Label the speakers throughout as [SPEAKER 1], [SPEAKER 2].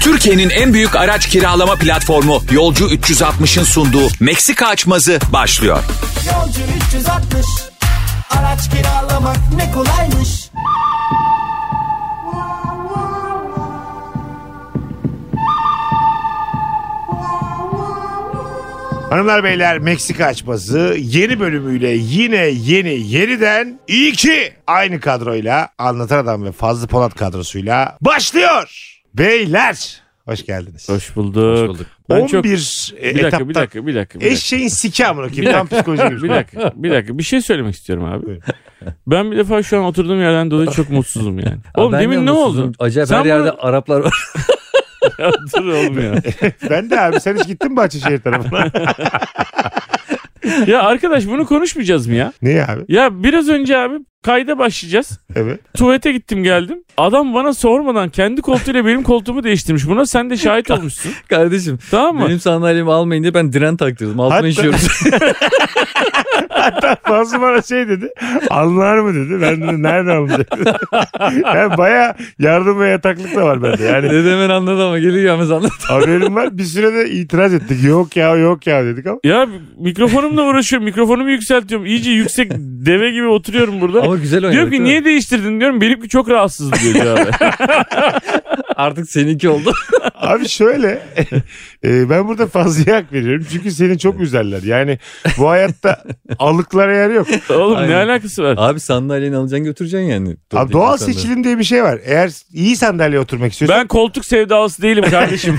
[SPEAKER 1] Türkiye'nin en büyük araç kiralama platformu Yolcu 360'ın sunduğu Meksika açmazı başlıyor.
[SPEAKER 2] Yolcu 360 Araç kiralamak ne kolaymış
[SPEAKER 3] Hanımlar beyler Meksika açması yeni bölümüyle yine yeni yeniden iyi ki aynı kadroyla Anlatan Adam ve Fazlı Polat kadrosuyla başlıyor. Beyler hoş geldiniz.
[SPEAKER 4] Hoş bulduk.
[SPEAKER 5] Hoş bulduk.
[SPEAKER 4] Ben
[SPEAKER 3] 11
[SPEAKER 4] çok... Bir
[SPEAKER 3] e,
[SPEAKER 4] dakika,
[SPEAKER 3] etapta
[SPEAKER 4] bir dakika, bir dakika, bir dakika.
[SPEAKER 3] eşeğin siki amına
[SPEAKER 4] Bir
[SPEAKER 3] kim tam
[SPEAKER 4] dakika,
[SPEAKER 3] psikoloji
[SPEAKER 4] bir dakika, bir dakika. Bir şey söylemek istiyorum abi.
[SPEAKER 3] Buyurun.
[SPEAKER 4] Ben bir defa şu an oturduğum yerden dolayı çok mutsuzum yani.
[SPEAKER 5] Abi
[SPEAKER 4] Oğlum
[SPEAKER 5] ben de
[SPEAKER 4] demin ne
[SPEAKER 5] mutsuzum.
[SPEAKER 4] oldu?
[SPEAKER 5] Acayip
[SPEAKER 4] Sen
[SPEAKER 5] her yerde Araplar var.
[SPEAKER 4] Ya Dur oğlum ya.
[SPEAKER 3] Ben de abi sen hiç gittin mi Bahçeşehir tarafına?
[SPEAKER 4] Ya arkadaş bunu konuşmayacağız mı ya?
[SPEAKER 3] Niye abi?
[SPEAKER 4] Ya biraz önce abi kayda başlayacağız.
[SPEAKER 3] Evet.
[SPEAKER 4] Tuvalete gittim geldim. Adam bana sormadan kendi koltuğuyla benim koltuğumu değiştirmiş. Buna sen de şahit olmuşsun.
[SPEAKER 5] Kardeşim
[SPEAKER 4] Tamam mı?
[SPEAKER 5] benim sandalyemi almayın diye ben diren taktırdım. Altına
[SPEAKER 3] Hatta-
[SPEAKER 5] işiyoruz.
[SPEAKER 3] Fazla bana şey dedi. Anlar mı dedi. Ben de nereden anlayacak? yani baya yardım ve yataklık da var bende. Yani
[SPEAKER 5] Dedem hemen anladı ama geliyor yalnız anladı.
[SPEAKER 3] haberim var. Bir sürede itiraz ettik. Yok ya yok ya dedik ama.
[SPEAKER 4] Ya mikrofonumla uğraşıyorum. Mikrofonumu yükseltiyorum. İyice yüksek deve gibi oturuyorum burada.
[SPEAKER 5] Ama güzel oynadık.
[SPEAKER 4] Diyor
[SPEAKER 5] değil
[SPEAKER 4] ki
[SPEAKER 5] mi?
[SPEAKER 4] niye değiştirdin diyorum. Benimki çok rahatsız diyor cevabı.
[SPEAKER 5] Artık seninki oldu.
[SPEAKER 3] Abi şöyle e, ben burada fazla hak veriyorum çünkü seni çok üzerler. Yani bu hayatta alıklara yer yok.
[SPEAKER 4] Oğlum ne
[SPEAKER 5] Aynen.
[SPEAKER 4] alakası var?
[SPEAKER 5] Abi sandalyeni alacaksın götüreceksin yani.
[SPEAKER 3] Abi doğal seçilim diye bir şey var. Eğer iyi sandalyeye oturmak istiyorsan
[SPEAKER 4] Ben koltuk sevdalısı değilim kardeşim.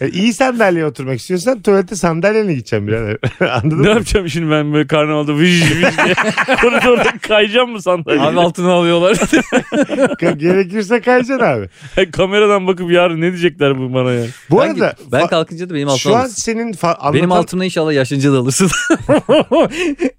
[SPEAKER 3] e, iyi sandalyeye oturmak istiyorsan tuvalete sandalyenle gideceğim birader. Anladın
[SPEAKER 4] ne
[SPEAKER 3] mı?
[SPEAKER 4] yapacağım şimdi ben böyle karnavalda vıj vıj diye koridorda kayacağım mı
[SPEAKER 5] Abi
[SPEAKER 4] sandalye?
[SPEAKER 5] altına alıyorlar.
[SPEAKER 3] Gerekirse kayacaksın abi.
[SPEAKER 4] Kameradan bakıp yarın ne diyecekler bu bana ya?
[SPEAKER 3] Bu
[SPEAKER 5] ben,
[SPEAKER 3] arada
[SPEAKER 5] ben
[SPEAKER 3] fa-
[SPEAKER 5] kalkınca da benim altına
[SPEAKER 3] şu an
[SPEAKER 5] alırsın.
[SPEAKER 3] senin fa- anlatan,
[SPEAKER 5] Benim altımda inşallah yaşınca da alırsın.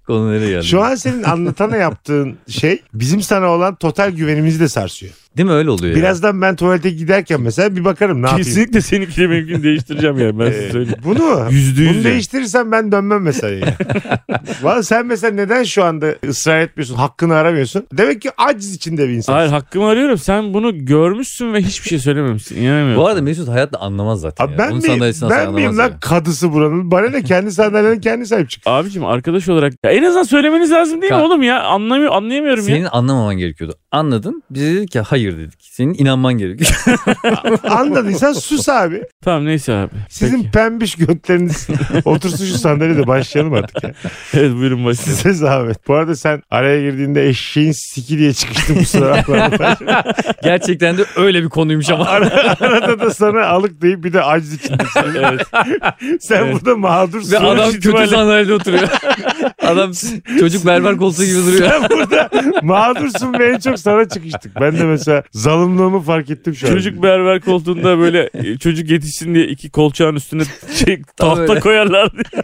[SPEAKER 5] Konu nereye geldi?
[SPEAKER 3] şu an senin anlatana yaptığın şey bizim sana olan total güvenimizi de sarsıyor.
[SPEAKER 5] Değil mi öyle oluyor ya?
[SPEAKER 3] Birazdan ben tuvalete giderken mesela bir bakarım ne yapayım. Ee,
[SPEAKER 4] Kesinlikle seninkini mümkün değiştireceğim yani ben
[SPEAKER 5] Ee,
[SPEAKER 4] size söyleyeyim.
[SPEAKER 3] Bunu mu?
[SPEAKER 4] Yüzde yüz
[SPEAKER 3] Bunu
[SPEAKER 4] yani.
[SPEAKER 3] değiştirirsen ben dönmem mesela. yani. Valla sen mesela neden şu anda ısrar etmiyorsun, hakkını aramıyorsun? Demek ki aciz içinde bir insan.
[SPEAKER 4] Hayır hakkımı arıyorum. Sen bunu görmüşsün ve hiçbir şey söylememişsin. İnanamıyorum.
[SPEAKER 5] Bu arada Mesut hayatta anlamaz zaten.
[SPEAKER 3] Abi
[SPEAKER 5] ya.
[SPEAKER 3] ben
[SPEAKER 5] Onun
[SPEAKER 3] miyim,
[SPEAKER 5] sandalyesini asla
[SPEAKER 3] ben miyim
[SPEAKER 5] anlamaz
[SPEAKER 3] lan
[SPEAKER 5] ya.
[SPEAKER 3] kadısı buranın? Bana ne kendi sandalyenin kendi sahip çık.
[SPEAKER 4] Abicim arkadaş olarak ya en azından söylemeniz lazım değil mi
[SPEAKER 5] Ka-
[SPEAKER 4] oğlum ya? Anlamıyor, anlayamıyorum
[SPEAKER 5] Senin
[SPEAKER 4] ya.
[SPEAKER 5] anlamaman gerekiyordu. Anladın. Bize dedik ki hayır dedik. Senin inanman gerekiyor.
[SPEAKER 3] Anladıysan sus abi.
[SPEAKER 4] Tamam neyse abi.
[SPEAKER 3] Sizin pembiş götleriniz otursun şu sandalyede başlayalım artık. Ya.
[SPEAKER 4] Peki. Evet buyurun başlayalım.
[SPEAKER 3] Size zahmet. Bu arada sen araya girdiğinde eşeğin siki diye çıkıştın bu sıra. aklımda.
[SPEAKER 5] Gerçekten de öyle bir konuymuş ama.
[SPEAKER 3] Ara- arada da sana alık deyip bir de aciz içinde.
[SPEAKER 4] evet.
[SPEAKER 3] Sen burada
[SPEAKER 5] Ve
[SPEAKER 3] mağdursun.
[SPEAKER 5] adam
[SPEAKER 4] Sonuç
[SPEAKER 5] kötü
[SPEAKER 4] itibariyle-
[SPEAKER 5] sandalyede oturuyor. adam çocuk berber koltuğu gibi duruyor.
[SPEAKER 3] Sen burada mağdursun ve en çok sana çıkıştık. Ben de mesela zalımlığımı fark ettim şu an.
[SPEAKER 4] Çocuk berber koltuğunda böyle e, çocuk yetişsin diye iki kolçağın üstüne şey,
[SPEAKER 5] Tam
[SPEAKER 4] tahta
[SPEAKER 5] öyle.
[SPEAKER 4] koyarlar diye.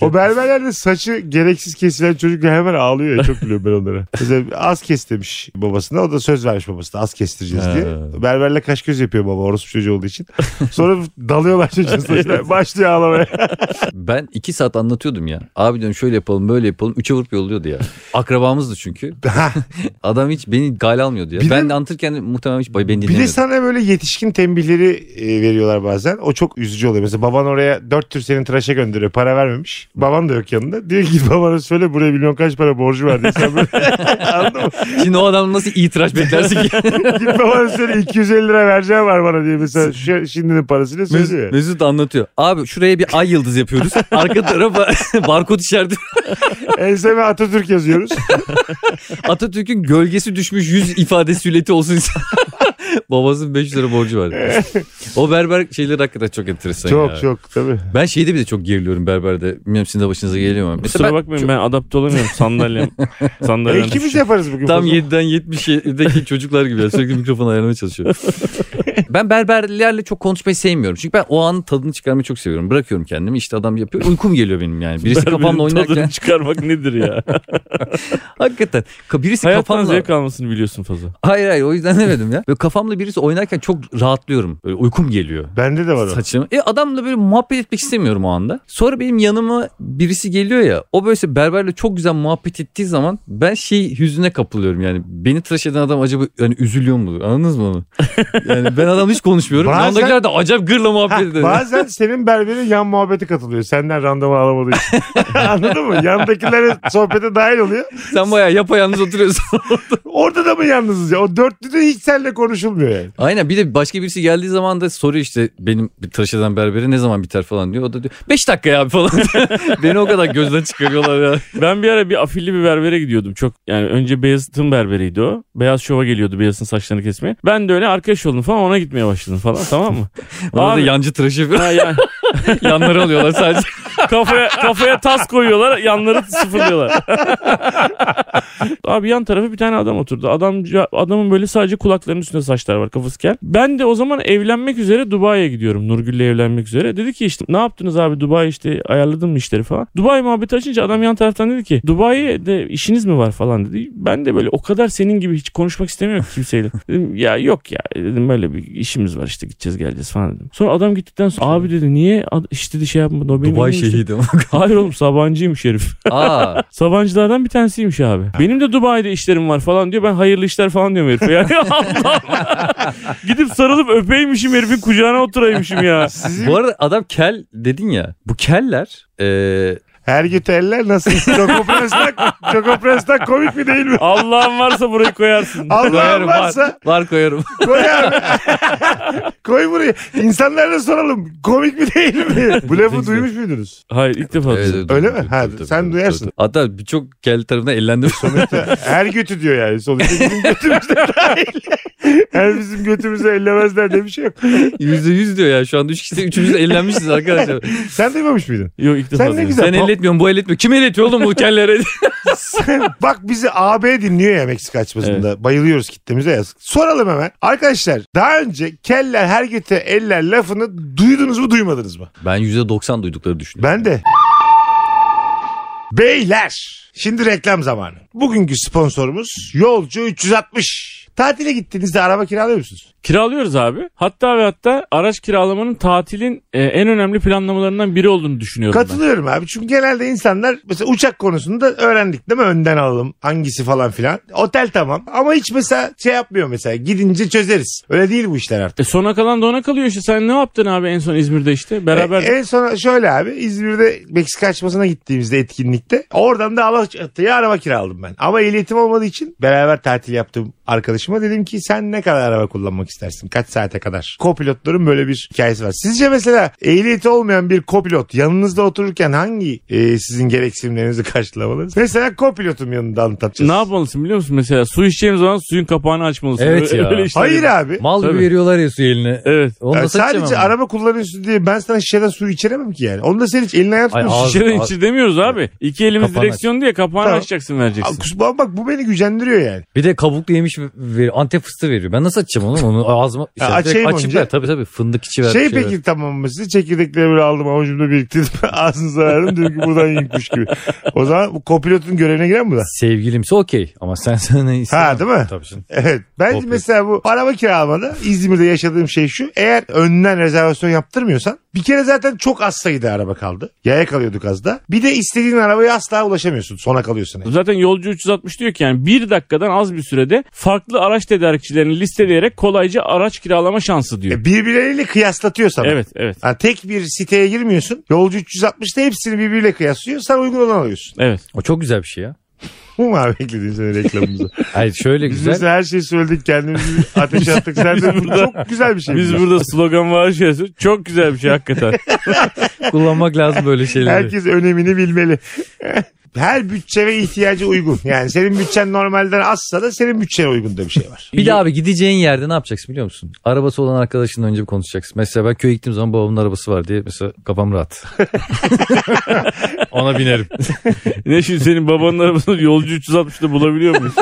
[SPEAKER 3] O berberlerde saçı gereksiz kesilen çocuk hemen ağlıyor ya. Çok gülüyorum ben onlara. Mesela az kes demiş babasına. O da söz vermiş babasına az kestireceğiz diye.
[SPEAKER 5] Ha.
[SPEAKER 3] Berberle kaş göz yapıyor baba orospu çocuğu olduğu için. Sonra dalıyorlar çocuğun saçına. Başlıyor ağlamaya.
[SPEAKER 5] Ben iki saat anlatıyordum ya. Abi diyorum şöyle yapalım böyle yapalım. Üçe vurup yolluyordu ya. Akrabamızdı çünkü. Adam hiç beni gale almıyordu ya.
[SPEAKER 3] Bir de-
[SPEAKER 5] ben de anlatırken muhtemelen hiç beni
[SPEAKER 3] Bir de
[SPEAKER 5] dinlemiyordu.
[SPEAKER 3] sana böyle yetişkin tembihleri e, veriyorlar bazen. O çok üzücü oluyor. Mesela baban oraya dört tür senin tıraşa gönderiyor. Para vermemiş. Baban da yok yanında. Diyor ki git babana söyle buraya milyon kaç para borcu var diye. Sen böyle anladın mı?
[SPEAKER 5] Şimdi o adam nasıl itiraz beklersin ki?
[SPEAKER 3] Git babana söyle 250 lira vereceğim var bana diye. Mesela şu, şimdinin parasıyla
[SPEAKER 5] Mesut,
[SPEAKER 3] söylüyor.
[SPEAKER 5] Mesut arnatıyor. Abi şuraya bir ay yıldız yapıyoruz. Arka tarafa barkod işareti.
[SPEAKER 3] Enseme Atatürk yazıyoruz.
[SPEAKER 5] Atatürk'ün gölgesi düşmüş yüz ifadesi ületi olsun. Babasının 500 lira borcu var. o berber şeyleri hakikaten çok enteresan ya.
[SPEAKER 3] çok çok tabii.
[SPEAKER 5] Ben şeyde bir de çok geriliyorum berberde. Bilmiyorum sizin de başınıza geliyor mu? Mesela
[SPEAKER 4] Kusura
[SPEAKER 5] ben
[SPEAKER 4] bakmayın ben adapte olamıyorum sandalyem. Sandalyem.
[SPEAKER 3] İkimiz E, yaparız bugün.
[SPEAKER 5] tam
[SPEAKER 3] fazla.
[SPEAKER 5] 7'den 70'deki çocuklar gibi ya. sürekli mikrofon ayarlamaya çalışıyor. ben berberlerle çok konuşmayı sevmiyorum. Çünkü ben o anın tadını çıkarmayı çok seviyorum. Bırakıyorum kendimi işte adam yapıyor. Uykum geliyor benim yani. Birisi
[SPEAKER 4] Berberin
[SPEAKER 5] kafamla
[SPEAKER 4] tadını
[SPEAKER 5] oynarken.
[SPEAKER 4] çıkarmak nedir ya?
[SPEAKER 5] Hakikaten. Ka- Birisi
[SPEAKER 4] Hayattan
[SPEAKER 5] kafamla.
[SPEAKER 4] zevk almasını biliyorsun fazla.
[SPEAKER 5] Hayır hayır o yüzden demedim ya. Böyle kafamla birisi oynarken çok rahatlıyorum. Böyle uykum geliyor.
[SPEAKER 3] Bende de var o.
[SPEAKER 5] Saçım. E adamla böyle muhabbet etmek istemiyorum o anda. Sonra benim yanıma birisi geliyor ya. O böyle berberle çok güzel muhabbet ettiği zaman ben şey hüzüne kapılıyorum yani. Beni tıraş eden adam acaba yani üzülüyor mu? Anladınız mı onu? Yani ben adamla hiç konuşmuyorum.
[SPEAKER 3] Bazen-
[SPEAKER 5] Yanındakiler de acayip gırla muhabbet
[SPEAKER 3] Ha,
[SPEAKER 5] ediyor.
[SPEAKER 3] bazen senin berberin yan muhabbeti katılıyor. Senden randevu alamadığı için. Anladın mı? Yandakilere sohbete dahil oluyor.
[SPEAKER 5] Sen bayağı yapayalnız oturuyorsun.
[SPEAKER 3] Orada da mı yalnızız ya? O dörtlü de hiç seninle konuşulmuyor yani.
[SPEAKER 5] Aynen bir de başka birisi geldiği zaman da soruyor işte benim bir tıraş eden berberi ne zaman biter falan diyor. O da diyor 5 dakika ya abi falan. Beni o kadar gözden çıkarıyorlar ya.
[SPEAKER 4] Ben bir ara bir afilli bir berbere gidiyordum. Çok yani önce Beyazıt'ın berberiydi o. Beyaz şova geliyordu Beyaz'ın saçlarını kesmeye. Ben de öyle arkadaş oldum falan ona gitmeye başladım falan tamam mı?
[SPEAKER 5] Orada
[SPEAKER 4] Abi-
[SPEAKER 5] yancı tıraşı yapıyor.
[SPEAKER 4] Ha, yani
[SPEAKER 5] yanları alıyorlar sadece.
[SPEAKER 4] kafaya, kafaya tas koyuyorlar yanları sıfırlıyorlar. Abi yan tarafı bir tane adam oturdu. Adamca, adamın böyle sadece kulaklarının üstünde saçlar var kafası kel. Ben de o zaman evlenmek üzere Dubai'ye gidiyorum. Nurgül'le evlenmek üzere. Dedi ki işte ne yaptınız abi Dubai işte ayarladın mı işleri falan. Dubai muhabbeti açınca adam yan taraftan dedi ki Dubai'de işiniz mi var falan dedi. Ben de böyle o kadar senin gibi hiç konuşmak istemiyorum ki kimseyle. Dedim ya yok ya dedim böyle bir işimiz var işte gideceğiz geleceğiz falan dedim. Sonra adam gittikten sonra abi dedi niye ad- işte dedi şey yapmadın o benim
[SPEAKER 5] Dubai
[SPEAKER 4] elimde işte."
[SPEAKER 5] şehidi.
[SPEAKER 4] Hayır oğlum Sabancıymış herif.
[SPEAKER 5] Aa,
[SPEAKER 4] Sabancılardan bir tanesiymiş abi. Benim de Dubai'de işlerim var falan diyor. Ben hayırlı işler falan diyorum herife. Yani Allah Allah. Gidip sarılıp öpeymişim herifin kucağına oturaymışım ya.
[SPEAKER 5] bu arada adam kel dedin ya. Bu keller e,
[SPEAKER 3] Her git eller nasıl? Choco Prens'ten- Choco Prens'ten komik mi değil mi?
[SPEAKER 4] Allah'ın varsa burayı koyarsın.
[SPEAKER 3] Allah'ın
[SPEAKER 5] koyarım
[SPEAKER 3] varsa
[SPEAKER 5] var, var koyarım.
[SPEAKER 3] koy abi. koy buraya. İnsanlara da soralım. Komik mi değil mi? Bu lafı duymuş muydunuz?
[SPEAKER 4] Hayır ilk defa.
[SPEAKER 5] Evet,
[SPEAKER 4] duydum.
[SPEAKER 5] evet,
[SPEAKER 3] Öyle
[SPEAKER 5] tabii,
[SPEAKER 3] mi?
[SPEAKER 5] tabii,
[SPEAKER 3] Ha,
[SPEAKER 5] tabii,
[SPEAKER 3] sen
[SPEAKER 5] tabii,
[SPEAKER 3] duyarsın.
[SPEAKER 5] tabii. Hatta birçok kel tarafından ellendim.
[SPEAKER 3] Her götü diyor yani. Sonuçta bizim götümüzde dahil. Her bizim götümüzü ellemezler diye bir şey yok.
[SPEAKER 5] Yüzde yüz diyor ya. Şu anda üç kişi üçümüz de ellenmişiz arkadaşlar.
[SPEAKER 3] Sen duymamış mıydın?
[SPEAKER 4] Yok ilk defa.
[SPEAKER 3] Sen ne
[SPEAKER 4] duydum.
[SPEAKER 3] güzel.
[SPEAKER 5] Sen elletmiyorsun bu elletmiyor. Kim elletiyor oğlum bu kellere?
[SPEAKER 3] Sen- Bak bizi AB dinliyor ya Meksika açmasında. Bayılıyoruz kitlemize ya. Soralım hemen. Arkadaşlar daha önce keller her göte eller lafını duydunuz mu duymadınız mı?
[SPEAKER 5] ben yüzde doksan duydukları düşünüyorum.
[SPEAKER 3] Ben de. Beyler şimdi reklam zamanı. Bugünkü sponsorumuz Yolcu 360. Tatile gittiğinizde araba kiralıyor musunuz?
[SPEAKER 4] Kiralıyoruz abi. Hatta ve hatta araç kiralamanın tatilin e, en önemli planlamalarından biri olduğunu düşünüyorum ben.
[SPEAKER 3] Katılıyorum abi çünkü genelde insanlar mesela uçak konusunda öğrendik değil mi? Önden alalım hangisi falan filan. Otel tamam ama hiç mesela şey yapmıyor mesela gidince çözeriz. Öyle değil bu işler artık.
[SPEAKER 4] E sona kalan da ona kalıyor işte. Sen ne yaptın abi en son İzmir'de işte? Beraber
[SPEAKER 3] E, en son şöyle abi İzmir'de Meksika açmasına gittiğimizde etkinlikte oradan da Alaçatı'ya araba kiraladım ben. Ama ehliyetim olmadığı için beraber tatil yaptığım arkadaşıma dedim ki sen ne kadar araba kullanmak istersin? Kaç saate kadar? Kopilotların böyle bir hikayesi var. Sizce mesela ehliyeti olmayan bir kopilot yanınızda otururken hangi e, sizin gereksinimlerinizi karşılamalı? Mesela kopilotum yanında anlatacağız.
[SPEAKER 4] ne yapmalısın biliyor musun? Mesela su içeceğim zaman suyun kapağını açmalısın.
[SPEAKER 5] Evet
[SPEAKER 4] Öyle-
[SPEAKER 5] ya.
[SPEAKER 4] öyle işler
[SPEAKER 3] Hayır
[SPEAKER 4] yapıyorsun.
[SPEAKER 3] abi.
[SPEAKER 5] Mal
[SPEAKER 4] Tabii.
[SPEAKER 5] gibi veriyorlar ya suyu eline.
[SPEAKER 4] Evet.
[SPEAKER 5] Onu
[SPEAKER 3] Yani
[SPEAKER 5] nasıl
[SPEAKER 3] sadece
[SPEAKER 5] içemem ben?
[SPEAKER 3] araba kullanıyorsun diye ben sana şişeden su içiremem ki yani. Onu da senin hiç eline ayağına
[SPEAKER 5] Ay,
[SPEAKER 3] tutmuyorsun.
[SPEAKER 5] ağzı-
[SPEAKER 4] Şişeden
[SPEAKER 5] ağzı-
[SPEAKER 4] içi demiyoruz abi. İki elimiz
[SPEAKER 5] Kapağını
[SPEAKER 4] direksiyon diye kapağını
[SPEAKER 3] Tamam.
[SPEAKER 4] açacaksın vereceksin.
[SPEAKER 3] Kusura bak bu beni gücendiriyor yani.
[SPEAKER 5] Bir de kabuklu yemiş ver, antep fıstığı veriyor. Ben nasıl açacağım oğlum onu ağzıma işte
[SPEAKER 3] Ha,
[SPEAKER 5] direkt
[SPEAKER 3] açayım
[SPEAKER 5] açıp
[SPEAKER 3] önce.
[SPEAKER 5] ver. Tabii tabii fındık içi ver.
[SPEAKER 3] Şey,
[SPEAKER 5] bir
[SPEAKER 3] peki
[SPEAKER 5] ver.
[SPEAKER 3] tamam mı? Size çekirdekleri böyle aldım avucumda biriktirdim. Ağzınıza verdim. Diyor ki buradan yiyin kuş gibi. O zaman bu kopilotun görevine girer mi bu da?
[SPEAKER 5] Sevgilimse okey ama sen sen ne istersen.
[SPEAKER 3] Ha, değil mi?
[SPEAKER 5] Tabii canım.
[SPEAKER 3] Evet. Ben
[SPEAKER 5] Kopilot.
[SPEAKER 3] mesela bu araba kiralamada İzmir'de yaşadığım şey şu. Eğer önden rezervasyon yaptırmıyorsan bir kere zaten çok az sayıda araba kaldı. Yaya kalıyorduk az da. Bir de istediğin arabaya asla ulaşamıyorsun. Sona kalıyorsun. yani.
[SPEAKER 4] Zaten yolcu 360 diyor ki yani bir dakikadan az bir sürede farklı araç tedarikçilerini listeleyerek kolayca araç kiralama şansı diyor.
[SPEAKER 3] E, birbirleriyle kıyaslatıyor sana.
[SPEAKER 4] Evet evet.
[SPEAKER 3] Ha, tek bir siteye girmiyorsun. Yolcu 360'da hepsini birbiriyle kıyaslıyor. Sen uygun olanı alıyorsun.
[SPEAKER 4] Evet.
[SPEAKER 5] O çok güzel bir şey ya.
[SPEAKER 3] Bu mu abi beklediğin senin reklamımızı?
[SPEAKER 5] Hayır şöyle
[SPEAKER 3] Biz
[SPEAKER 5] güzel.
[SPEAKER 3] mesela her şeyi söyledik kendimizi ateşe attık. Sen de bu çok güzel bir şey.
[SPEAKER 4] Biz
[SPEAKER 3] bunlar.
[SPEAKER 4] burada slogan var şey yazıyor. Çok güzel bir şey hakikaten.
[SPEAKER 5] Kullanmak lazım böyle şeyleri.
[SPEAKER 3] Herkes önemini bilmeli. her bütçe ve ihtiyacı uygun. Yani senin bütçen normalden azsa da senin bütçene uygun da bir şey var.
[SPEAKER 5] Bir de abi gideceğin yerde ne yapacaksın biliyor musun? Arabası olan arkadaşınla önce bir konuşacaksın. Mesela ben köye gittiğim zaman babamın arabası var diye mesela kafam rahat. Ona binerim.
[SPEAKER 4] ne şimdi senin babanın arabasını yolcu 360'da bulabiliyor muyuz?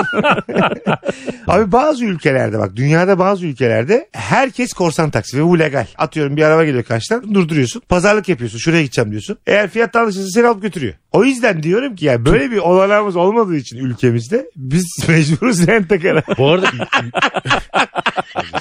[SPEAKER 3] Abi bazı ülkelerde bak dünyada bazı ülkelerde herkes korsan taksi ve bu legal. Atıyorum bir araba geliyor karşıdan durduruyorsun. Pazarlık yapıyorsun şuraya gideceğim diyorsun. Eğer fiyat anlaşılırsa seni alıp götürüyor. O yüzden diyorum ki ya böyle bir olanağımız olmadığı için ülkemizde biz mecburuz rentekara.
[SPEAKER 5] Bu arada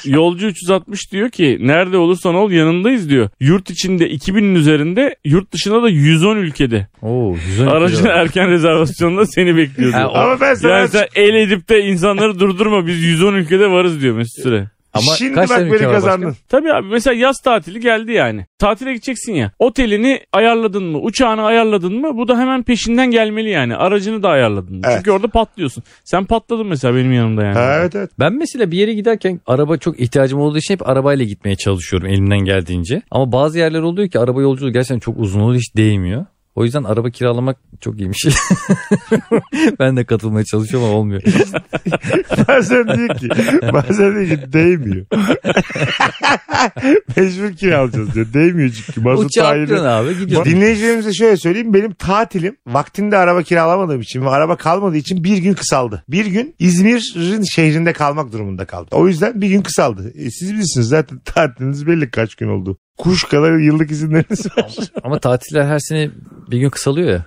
[SPEAKER 4] yolcu 360 diyor ki nerede olursan ol yanındayız diyor. Yurt içinde 2000'in üzerinde yurt dışında da 110 ülkede.
[SPEAKER 5] Oo, güzel. şey.
[SPEAKER 4] Aracın erken rezervasyonunda seni bekliyor diyor.
[SPEAKER 5] Ha, o-
[SPEAKER 3] Ama ben sana
[SPEAKER 4] Yani sen el edip de insanları durdurma biz 110 ülkede varız diyor Mesut Süre.
[SPEAKER 5] Ama
[SPEAKER 3] Şimdi
[SPEAKER 5] kaç
[SPEAKER 3] bak
[SPEAKER 5] tane
[SPEAKER 3] beni
[SPEAKER 5] ülke var başka?
[SPEAKER 3] kazandın.
[SPEAKER 4] Tabii abi mesela yaz tatili geldi yani. Tatile gideceksin ya. Otelini ayarladın mı? Uçağını ayarladın mı? Bu da hemen peşinden gelmeli yani. Aracını da ayarladın. mı?
[SPEAKER 3] Evet.
[SPEAKER 4] Çünkü orada patlıyorsun. Sen patladın mesela benim yanımda yani.
[SPEAKER 3] Ha, evet evet.
[SPEAKER 5] Ben mesela bir yere giderken araba çok ihtiyacım olduğu için hep arabayla gitmeye çalışıyorum elimden geldiğince. Ama bazı yerler oluyor ki araba yolculuğu gerçekten çok uzun oluyor hiç değmiyor. O yüzden araba kiralamak çok iyi bir şey. ben de katılmaya çalışıyorum ama olmuyor.
[SPEAKER 3] Bazen diyor ki bazen diyor ki değmiyor. Mecbur kiralayacağız diyor. Değmiyor çünkü. Mazot
[SPEAKER 5] Uçağa atlıyorsun
[SPEAKER 3] tayini.
[SPEAKER 5] abi gidiyorsun.
[SPEAKER 3] Dinleyicilerimize şöyle söyleyeyim. Benim tatilim vaktinde araba kiralamadığım için ve araba kalmadığı için bir gün kısaldı. Bir gün İzmir'in şehrinde kalmak durumunda kaldım. O yüzden bir gün kısaldı. E, siz bilirsiniz zaten tatiliniz belli kaç gün oldu. Kuş kadar yıllık izinleriniz var.
[SPEAKER 5] Ama tatiller her sene bir gün kısalıyor ya.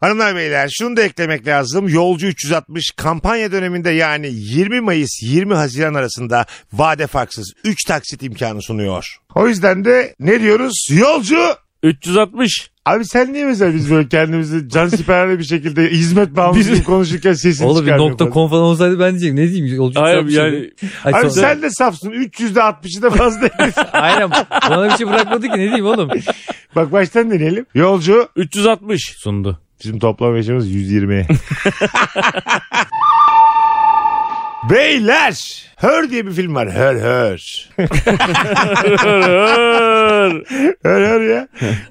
[SPEAKER 3] Hanımlar beyler şunu da eklemek lazım. Yolcu 360 kampanya döneminde yani 20 Mayıs 20 Haziran arasında vade farksız 3 taksit imkanı sunuyor. O yüzden de ne diyoruz? Yolcu
[SPEAKER 4] 360.
[SPEAKER 3] Abi sen niye mesela biz böyle kendimizi can siperli bir şekilde hizmet bağımlısı gibi konuşurken sesini
[SPEAKER 5] Oğlum bir
[SPEAKER 3] çıkarmıyoruz?
[SPEAKER 5] nokta com falan olsaydı ben diyeceğim. Ne diyeyim? Yolcu
[SPEAKER 4] Hayır
[SPEAKER 5] uçağı bir şey
[SPEAKER 4] yani
[SPEAKER 5] değil. Ay,
[SPEAKER 3] Abi
[SPEAKER 5] sonra-
[SPEAKER 3] sen de safsın. 300'de 60'ı da fazla değil.
[SPEAKER 5] Aynen. Bana bir şey bırakmadı ki ne diyeyim oğlum.
[SPEAKER 3] Bak baştan deneyelim. Yolcu
[SPEAKER 4] 360.
[SPEAKER 5] Sundu.
[SPEAKER 3] Bizim toplam yaşımız 120. Beyler! Hör diye bir film var. Hör hör. hör hör ya.